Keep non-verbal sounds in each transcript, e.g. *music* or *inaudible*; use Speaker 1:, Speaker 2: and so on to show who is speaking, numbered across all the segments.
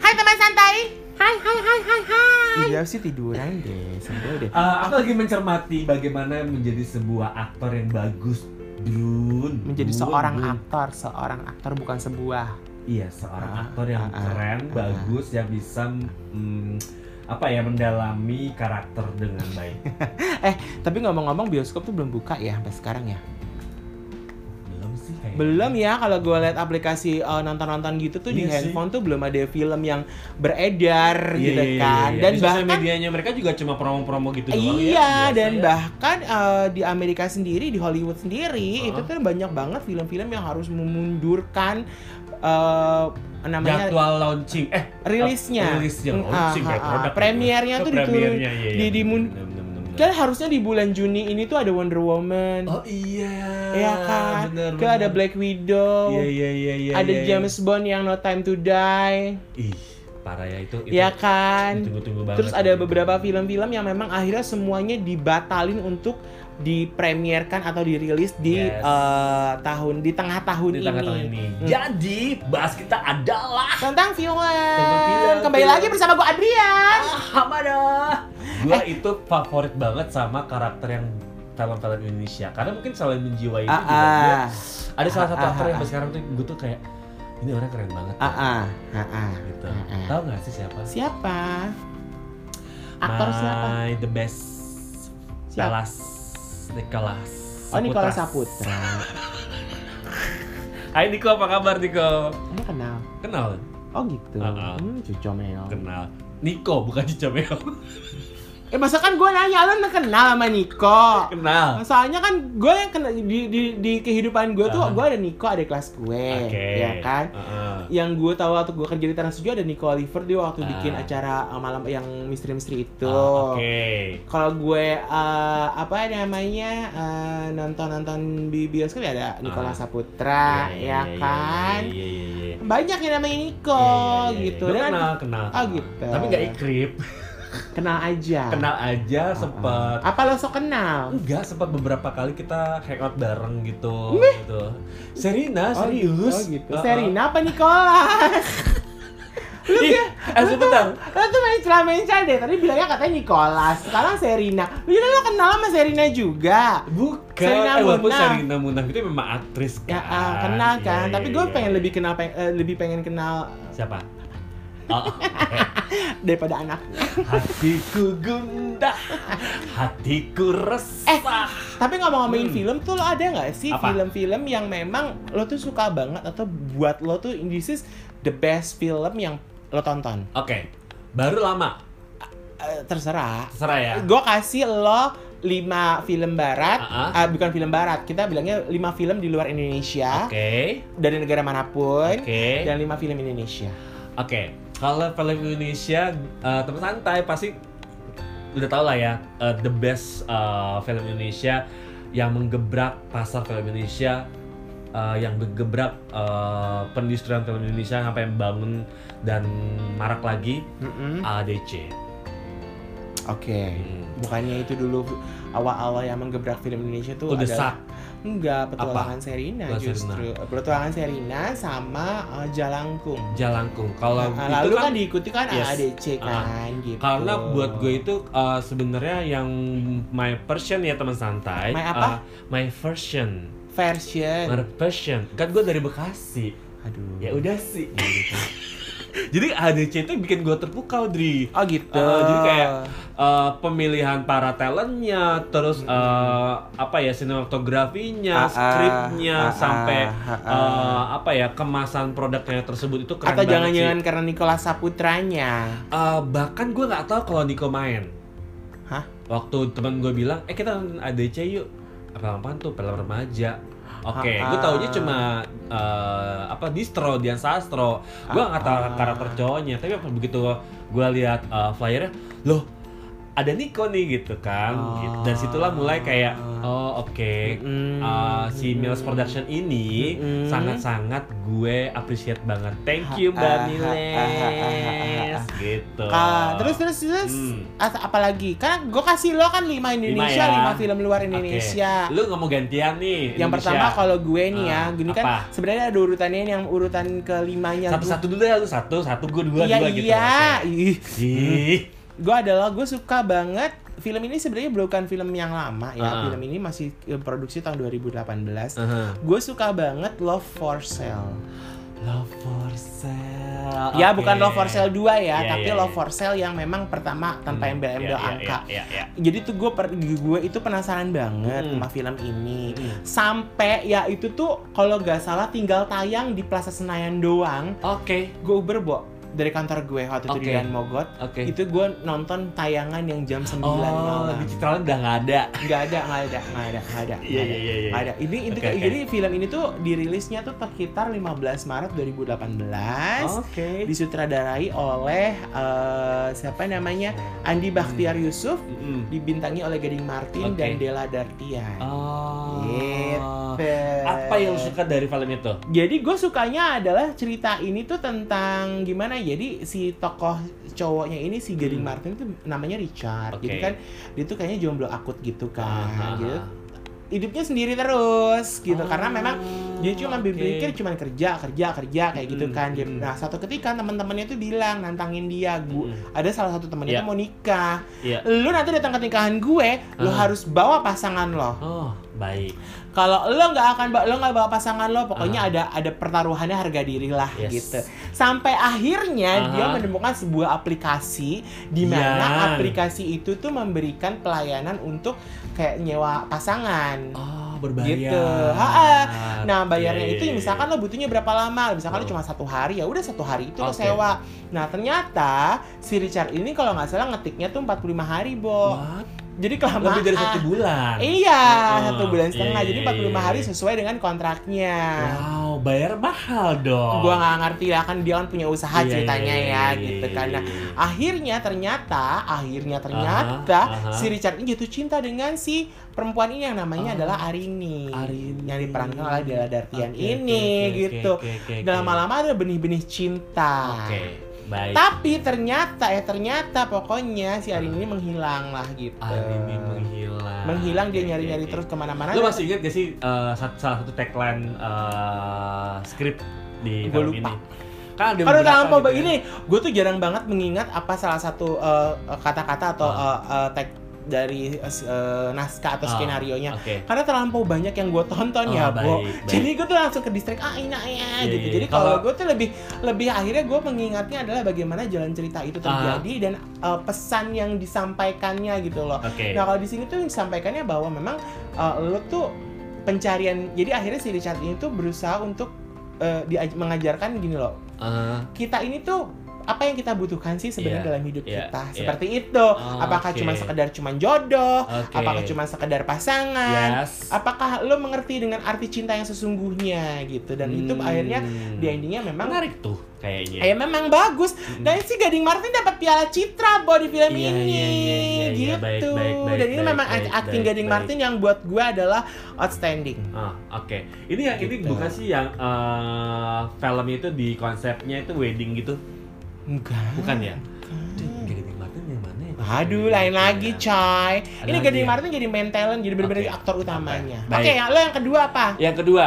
Speaker 1: Hai teman santai. Hai hai hai hai hai.
Speaker 2: Iya sih tiduran deh, santai deh.
Speaker 3: Eh, aku lagi mencermati bagaimana menjadi sebuah aktor yang bagus, Brun.
Speaker 2: Menjadi
Speaker 3: Brun,
Speaker 2: seorang
Speaker 3: Brun.
Speaker 2: aktor, seorang aktor bukan sebuah.
Speaker 3: Iya, seorang
Speaker 2: Ah,
Speaker 3: aktor yang
Speaker 2: ah, ah,
Speaker 3: keren,
Speaker 2: ah.
Speaker 3: bagus, yang bisa mm, apa ya mendalami karakter dengan baik.
Speaker 2: *laughs* Tapi ngomong-ngomong bioskop tuh belum buka ya sampai sekarang ya.
Speaker 3: Belum sih kayaknya.
Speaker 2: Belum ya kalau gue liat aplikasi eh, nonton-nonton gitu tuh di
Speaker 3: Iya sih.
Speaker 2: handphone tuh belum ada film yang beredar
Speaker 3: Iya,
Speaker 2: gitu
Speaker 3: iya, iya,
Speaker 2: kan.
Speaker 3: iya.
Speaker 2: Dan
Speaker 3: Di sosial
Speaker 2: bahkan
Speaker 3: medianya mereka juga cuma promo-promo gitu doang ya,
Speaker 2: Iya,
Speaker 3: biasa
Speaker 2: dan
Speaker 3: ya.
Speaker 2: bahkan eh, di Amerika sendiri, di Hollywood sendiri,
Speaker 3: Uh-huh.
Speaker 2: itu tuh banyak banget film-film yang harus memundurkan eh, namanya
Speaker 3: jadwal launching eh
Speaker 2: rilisnya.
Speaker 3: rilisnya Oh,
Speaker 2: Mm,
Speaker 3: launching
Speaker 2: ah,
Speaker 3: kayak
Speaker 2: ah,
Speaker 3: produk gitu.
Speaker 2: premiernya
Speaker 3: Ke
Speaker 2: tuh diturun-
Speaker 3: premiernya, iya, iya,
Speaker 2: di-
Speaker 3: bener,
Speaker 2: dimun-
Speaker 3: bener, bener, bener, bener.
Speaker 2: Kan harusnya di bulan Juni ini tuh ada Wonder Woman,
Speaker 3: oh iya
Speaker 2: ya kan?
Speaker 3: bener,
Speaker 2: Ke ada
Speaker 3: bener.
Speaker 2: Black Widow,
Speaker 3: iya iya iya iya
Speaker 2: ada
Speaker 3: iya, iya.
Speaker 2: James Bond yang No Time to Die,
Speaker 3: ih parah ya itu itu
Speaker 2: ya kan?
Speaker 3: ditunggu-tunggu banget
Speaker 2: Terus ada
Speaker 3: itu.
Speaker 2: beberapa film-film yang memang akhirnya semuanya dibatalin untuk dipremierkan atau dirilis di
Speaker 3: Yes.
Speaker 2: eh, tahun di tengah tahun
Speaker 3: di
Speaker 2: ini.
Speaker 3: tanggal tahun ini
Speaker 2: Hmm.
Speaker 3: jadi bahas kita adalah
Speaker 2: Tentang film.
Speaker 3: Tentang film.
Speaker 2: Kembali lagi bersama gue Adrian.
Speaker 3: Hamada gua
Speaker 2: Eh.
Speaker 3: itu favorit banget sama karakter yang film-film Indonesia karena mungkin selain menjiwai itu
Speaker 2: Ah,
Speaker 3: juga dia
Speaker 2: ah,
Speaker 3: ada salah satu
Speaker 2: Ah, ah,
Speaker 3: aktor
Speaker 2: ah,
Speaker 3: yang sampai sekarang tuh gue tuh kayak ini orang keren banget ya."
Speaker 2: ah, ah, ah, ah.
Speaker 3: gitu
Speaker 2: Ah, ah.
Speaker 3: tahu nggak sih siapa
Speaker 2: Siapa? Aktor
Speaker 3: My
Speaker 2: siapa?
Speaker 3: the best
Speaker 2: Siapa?
Speaker 3: Talas Nicholas
Speaker 2: Oh Nicola
Speaker 3: Saputras.
Speaker 2: Saputra.
Speaker 3: Hai Niko apa kabar Niko
Speaker 2: Kamu kenal?
Speaker 3: kenal
Speaker 2: Oh gitu.
Speaker 3: Ah, ah.
Speaker 2: Hmm, cucomeo.
Speaker 3: kenal Niko bukan
Speaker 2: *laughs*
Speaker 3: Cicameo
Speaker 2: Eh masa kan gue nanya lo kenal sama Niko?
Speaker 3: kenal
Speaker 2: Soalnya kan gue yang kena di di, di kehidupan gue tuh
Speaker 3: Ah.
Speaker 2: gue ada Niko ada kelas gue, ya kan.
Speaker 3: Heeh.
Speaker 2: Yang gue tahu waktu gue kerja di Trans 7 ada Niko Oliver dia waktu
Speaker 3: Ah.
Speaker 2: bikin acara uh, malam yang misteri-misteri itu.
Speaker 3: Ah, oke
Speaker 2: Ya, Kalau gue uh, apa namanya uh, nonton-nonton di bioskop ya ada Nikola
Speaker 3: Ah.
Speaker 2: Saputra, ya
Speaker 3: Iya, iya,
Speaker 2: kan.
Speaker 3: iya iya iya iya.
Speaker 2: Banyak yang namanya Niko
Speaker 3: Iya, iya, iya, iya.
Speaker 2: gitu.
Speaker 3: Gua
Speaker 2: Dan
Speaker 3: kenal kenal
Speaker 2: Oh, gitu. Ah.
Speaker 3: tapi nggak ikrip
Speaker 2: kenal aja.
Speaker 3: kenal aja sempet
Speaker 2: Apa lo sok kenal?
Speaker 3: Enggak, sempat beberapa kali kita hangout bareng gitu gitu. Serina,
Speaker 2: Oh, Oh
Speaker 3: serius.
Speaker 2: gitu.
Speaker 3: Uh-uh.
Speaker 2: Serina apa *laughs* Nicholas? lu
Speaker 3: Ih,
Speaker 2: ya,
Speaker 3: eh sebentar.
Speaker 2: lu tuh main celah main celah deh. Tadi bilangnya katanya Nicholas, sekarang Serina. Lu jadi lo kenal sama Serina juga.
Speaker 3: Bukan,
Speaker 2: Serina
Speaker 3: eh, walaupun
Speaker 2: Munaf.
Speaker 3: Serina Munaf itu memang aktris kan.
Speaker 2: Ya, ah, kenal
Speaker 3: Iya,
Speaker 2: kan.
Speaker 3: iya,
Speaker 2: Tapi gue
Speaker 3: iya.
Speaker 2: pengen lebih kenal, peng- eh, lebih pengen kenal
Speaker 3: Siapa?
Speaker 2: *laughs*
Speaker 3: Oh,
Speaker 2: daripada anaknya.
Speaker 3: hatiku gundah, hatiku resah.
Speaker 2: Eh, tapi ngomong-ngomongin
Speaker 3: Hmm.
Speaker 2: film tuh lo ada nggak sih
Speaker 3: Apa?
Speaker 2: film-film yang memang lo tuh suka banget atau buat lo tuh this is the best film yang lo tonton?
Speaker 3: Oke, baru lama,
Speaker 2: Eh, terserah.
Speaker 3: terserah ya.
Speaker 2: gue kasih lo 5 film barat,
Speaker 3: Ah,
Speaker 2: ah, bukan film barat, kita bilangnya 5 film di luar Indonesia,
Speaker 3: Oke,
Speaker 2: dari negara manapun,
Speaker 3: oke,
Speaker 2: dan 5 film Indonesia.
Speaker 3: oke. Kalau film Indonesia, eh, teman santai pasti udah tau lah ya eh, the best eh, film Indonesia yang menggebrak pasar film Indonesia eh, yang menggebrak eh, penindustrian film Indonesia sampai membangun dan marak lagi Ah.
Speaker 2: Mm-mm.
Speaker 3: ADC.
Speaker 2: Oke.
Speaker 3: Hmm.
Speaker 2: Bukannya itu dulu awal-awal yang menggebrak film Indonesia tuh
Speaker 3: Udah
Speaker 2: adalah-
Speaker 3: sak.
Speaker 2: enggak petualangan Serina
Speaker 3: Petualangan
Speaker 2: justru petualangan Serina sama uh, Jalangkung.
Speaker 3: Jalangkung.
Speaker 2: Nah,
Speaker 3: Kalau itu
Speaker 2: lalu kan,
Speaker 3: kan,
Speaker 2: diikuti kan
Speaker 3: Yes. Ah.
Speaker 2: AADC kan gitu.
Speaker 3: karena buat gue itu eh, sebenarnya yang my version ya teman santai.
Speaker 2: My apa? Eh.
Speaker 3: eh, my version.
Speaker 2: version.
Speaker 3: My version. Kan gue dari Bekasi.
Speaker 2: Aduh.
Speaker 3: Ya udah
Speaker 2: *laughs*
Speaker 3: sih. Jadi ADC itu bikin gue terpukau, Dri.
Speaker 2: Oh gitu.
Speaker 3: Ah, jadi kayak, Uh, pemilihan para talentnya, terus uh, apa ya
Speaker 2: Hmm. Ah,
Speaker 3: sinematografinya,
Speaker 2: ah,
Speaker 3: skripnya,
Speaker 2: ah, ah,
Speaker 3: sampai
Speaker 2: ah, ah.
Speaker 3: uh, apa ya kemasan produknya tersebut itu keren
Speaker 2: atau
Speaker 3: banget
Speaker 2: jangan-jangan
Speaker 3: sih.
Speaker 2: karena Nicholas Saputranya.
Speaker 3: Uh, bahkan gue nggak tahu kalau Niko main.
Speaker 2: Hah?
Speaker 3: Waktu teman gue bilang, eh kita nonton ADC yuk. Apa apaan tuh film remaja. Oke,
Speaker 2: Ah,
Speaker 3: gue
Speaker 2: ah.
Speaker 3: taunya cuma uh, apa distro Dian Sastro. Gue nggak tahu
Speaker 2: Ah, ah.
Speaker 3: karakter cowoknya, tapi begitu gue lihat uh, flyernya, eh, loh ada Niko nih gitu kan gitu. dan situlah mulai kayak
Speaker 2: Ah.
Speaker 3: oh oke
Speaker 2: Mm-mm.
Speaker 3: uh, si Mills Production ini
Speaker 2: Mm-mm.
Speaker 3: sangat-sangat gue appreciate banget thank you
Speaker 2: Hmm. Ha, ha,
Speaker 3: Mbak
Speaker 2: ha, ha, ha, ha, ha, ha.
Speaker 3: Miles gitu
Speaker 2: Ah, terus terus terus
Speaker 3: Hmm.
Speaker 2: as- apalagi kan gue kasih lo kan 5 Indonesia
Speaker 3: ya.
Speaker 2: 5 film luar
Speaker 3: Oke.
Speaker 2: Indonesia
Speaker 3: lu nggak mau gantian nih
Speaker 2: yang pertama kalau gue nih ya
Speaker 3: Ah,
Speaker 2: gini
Speaker 3: apa?
Speaker 2: kan sebenarnya ada urutannya yang urutan kelimanya
Speaker 3: satu satu dulu ya lu satu satu gue dua
Speaker 2: Gua- iya
Speaker 3: dua gitu
Speaker 2: iya
Speaker 3: Oke.
Speaker 2: Ih.
Speaker 3: Ih.
Speaker 2: gue adalah gue suka banget film ini sebenarnya bukan film yang lama ya
Speaker 3: Ah.
Speaker 2: film ini masih eh, produksi tahun 2018
Speaker 3: Aha.
Speaker 2: gue suka banget Love for Sale
Speaker 3: Love for sale.
Speaker 2: ya
Speaker 3: Oke.
Speaker 2: bukan Love for Sale 2 ya
Speaker 3: Iya,
Speaker 2: tapi
Speaker 3: iya,
Speaker 2: Love
Speaker 3: iya.
Speaker 2: for Sale yang memang pertama tanpa
Speaker 3: Hmm,
Speaker 2: embel-embel
Speaker 3: iya, iya,
Speaker 2: angka
Speaker 3: Iya, iya,
Speaker 2: jadi tuh gue gue itu penasaran banget
Speaker 3: Hmm.
Speaker 2: sama film ini
Speaker 3: iya.
Speaker 2: sampai ya itu tuh kalau gak salah tinggal tayang di Plaza Senayan doang
Speaker 3: Oke,
Speaker 2: gue uber Bo, dari kantor gue waktu itu di
Speaker 3: Oke.
Speaker 2: Dan Mogot
Speaker 3: oke.
Speaker 2: itu gue nonton tayangan yang jam 9
Speaker 3: Oh,
Speaker 2: malam
Speaker 3: di Citraland udah nggak ada.
Speaker 2: nggak ada nggak ada nggak ada nggak ada nggak ada,
Speaker 3: Iya, iya, iya, iya.
Speaker 2: nggak ada ini itu
Speaker 3: Oke, oke.
Speaker 2: jadi film ini tuh dirilisnya tuh sekitar 15 Maret 2018
Speaker 3: Oke.
Speaker 2: disutradarai oleh eh, siapa namanya Andi Bakhtiar Yusuf
Speaker 3: Mm-mm.
Speaker 2: dibintangi oleh Gading Martin
Speaker 3: Hmm. Oke.
Speaker 2: dan Della Dartian.
Speaker 3: Oh.
Speaker 2: Gitu.
Speaker 3: Apa yang lu suka dari film itu?
Speaker 2: Jadi gue sukanya adalah cerita ini tuh tentang gimana jadi si tokoh cowoknya ini si Gading
Speaker 3: Hmm.
Speaker 2: Martin tuh namanya Richard.
Speaker 3: Oke.
Speaker 2: Jadi kan dia tuh kayaknya jomblo akut gitu kan.
Speaker 3: Aha. Oh.
Speaker 2: Gitu. Hidupnya sendiri terus gitu karena memang dia cuma
Speaker 3: Hmm, Oke. Hmm,
Speaker 2: berpikir cuma kerja kerja kerja kayak gitu
Speaker 3: Mm-mm,
Speaker 2: kan. Dia-
Speaker 3: mm-mm.
Speaker 2: Nah satu ketika teman-temannya tuh bilang nantangin dia gue.
Speaker 3: Mm-mm.
Speaker 2: Ada salah satu temennya
Speaker 3: Iya.
Speaker 2: tuh mau nikah.
Speaker 3: Hmm, Iya.
Speaker 2: Lu nanti datang ke nikahan gue, lu
Speaker 3: Aha.
Speaker 2: harus bawa pasangan lo.
Speaker 3: Oh, baik.
Speaker 2: Kalau lo nggak akan ba- lo nggak bawa pasangan lo, pokoknya ada ada pertaruhannya harga diri lah
Speaker 3: Ah. Yes. Ah,
Speaker 2: gitu. Sampai akhirnya
Speaker 3: Aha.
Speaker 2: dia menemukan sebuah aplikasi di mana
Speaker 3: Yan.
Speaker 2: aplikasi itu tuh memberikan pelayanan untuk kayak nyewa pasangan.
Speaker 3: Oh, berbayar.
Speaker 2: Gitu. Ha, ha. Nah bayarnya
Speaker 3: Oke.
Speaker 2: itu misalkan lo butuhnya berapa lama? Misalkan lo
Speaker 3: Oh.
Speaker 2: cuma satu hari ya udah satu hari itu lo
Speaker 3: Oke.
Speaker 2: sewa. Nah ternyata si Richard ini kalau nggak salah ngetiknya tuh 45 hari, Bo.
Speaker 3: What?
Speaker 2: Jadi kelamaan.
Speaker 3: Lebih dari satu bulan.
Speaker 2: Iya,
Speaker 3: Heeh.
Speaker 2: satu bulan
Speaker 3: Iya,
Speaker 2: setengah.
Speaker 3: iya,
Speaker 2: Jadi
Speaker 3: iya,
Speaker 2: 45
Speaker 3: iya.
Speaker 2: hari sesuai dengan kontraknya.
Speaker 3: Wow, bayar mahal dong.
Speaker 2: Gua nggak ngerti lah kan dia kan punya usaha
Speaker 3: Iya,
Speaker 2: ceritanya
Speaker 3: iya,
Speaker 2: ya
Speaker 3: iya, iya,
Speaker 2: gitu
Speaker 3: iya,
Speaker 2: kan. Nah,
Speaker 3: iya, iya.
Speaker 2: akhirnya ternyata, akhirnya ternyata
Speaker 3: aha.
Speaker 2: si Richard ini jatuh cinta dengan si perempuan ini yang namanya adalah Arini.
Speaker 3: Ah. Arini.
Speaker 2: Yang diperankan oleh Della Dartian
Speaker 3: Oke,
Speaker 2: ini
Speaker 3: oke, oke,
Speaker 2: gitu.
Speaker 3: oke, oke, oke.
Speaker 2: Udah lama-lama ada benih-benih cinta.
Speaker 3: Oke, baik.
Speaker 2: Tapi ternyata eh ternyata pokoknya si Arini ini menghilang lah gitu.
Speaker 3: Arini menghilang.
Speaker 2: Menghilang dia
Speaker 3: Oke, oke,
Speaker 2: nyari-nyari
Speaker 3: oke.
Speaker 2: terus kemana-mana.
Speaker 3: Lu masih ingat gak sih eh, sat- salah satu tagline eh, skrip di
Speaker 2: Gua lupa.
Speaker 3: film ini? Kan ada
Speaker 2: Aduh
Speaker 3: beberapa
Speaker 2: tangan mau
Speaker 3: gitu ya.
Speaker 2: begini, gue tuh jarang banget mengingat apa salah satu eh, kata-kata atau
Speaker 3: Ah.
Speaker 2: eh, eh, tag dari eh, naskah atau
Speaker 3: Ah,
Speaker 2: skenario nya.
Speaker 3: Oke.
Speaker 2: Karena terlampau banyak yang gue tonton
Speaker 3: Oh,
Speaker 2: ya,
Speaker 3: baik,
Speaker 2: Bo.
Speaker 3: baik.
Speaker 2: Jadi gue tuh langsung ke distrik ah ini ah, ini, ah,
Speaker 3: Iya,
Speaker 2: gitu.
Speaker 3: iya,
Speaker 2: Jadi
Speaker 3: kalau-
Speaker 2: kalau gue tuh lebih lebih akhirnya gue mengingatnya adalah bagaimana jalan cerita
Speaker 3: Ah.
Speaker 2: itu terjadi dan eh, pesan yang disampaikannya gitu loh.
Speaker 3: Oke.
Speaker 2: Nah kalau di sini tuh disampaikannya bahwa memang uh, lo tuh pencarian. Jadi akhirnya si Richard ini tuh berusaha untuk uh, diaj- mengajarkan gini loh.
Speaker 3: Eh,
Speaker 2: Kita ini tuh apa yang kita butuhkan sih sebenarnya
Speaker 3: Iya,
Speaker 2: dalam hidup
Speaker 3: iya,
Speaker 2: kita
Speaker 3: iya.
Speaker 2: seperti itu.
Speaker 3: Oh,
Speaker 2: Apakah
Speaker 3: oke.
Speaker 2: cuma sekedar cuman jodoh?
Speaker 3: Oke. Iya,
Speaker 2: Apakah cuma sekedar pasangan?
Speaker 3: Yes.
Speaker 2: Apakah lo mengerti dengan arti cinta yang sesungguhnya gitu? Dan itu
Speaker 3: Hmm.
Speaker 2: akhirnya di endingnya memang
Speaker 3: menarik tuh kayaknya.
Speaker 2: Ya memang bagus. Dan si Gading Martin dapat piala Citra bo di film
Speaker 3: Iya,
Speaker 2: ini.
Speaker 3: iya, iya, iya, iya.
Speaker 2: gitu.
Speaker 3: Baik, baik, baik,
Speaker 2: Dan ini
Speaker 3: baik,
Speaker 2: memang
Speaker 3: baik,
Speaker 2: acting
Speaker 3: baik,
Speaker 2: Gading
Speaker 3: baik.
Speaker 2: Martin yang buat gue adalah outstanding.
Speaker 3: Ah, oke. Ini yang ini
Speaker 2: Gitu.
Speaker 3: bukan sih yang eh, film itu di konsepnya itu wedding gitu,
Speaker 2: Enggak.
Speaker 3: bukan ya? Aduh, Gading Martin yang mana ya?
Speaker 2: Aduh, lain lagi coy. ini
Speaker 3: lagi
Speaker 2: Gading
Speaker 3: ya?
Speaker 2: Martin jadi main talent, jadi bener-bener
Speaker 3: Oke.
Speaker 2: jadi aktor utamanya.
Speaker 3: Baik.
Speaker 2: Oke, yang lo yang kedua apa?
Speaker 3: Yang kedua,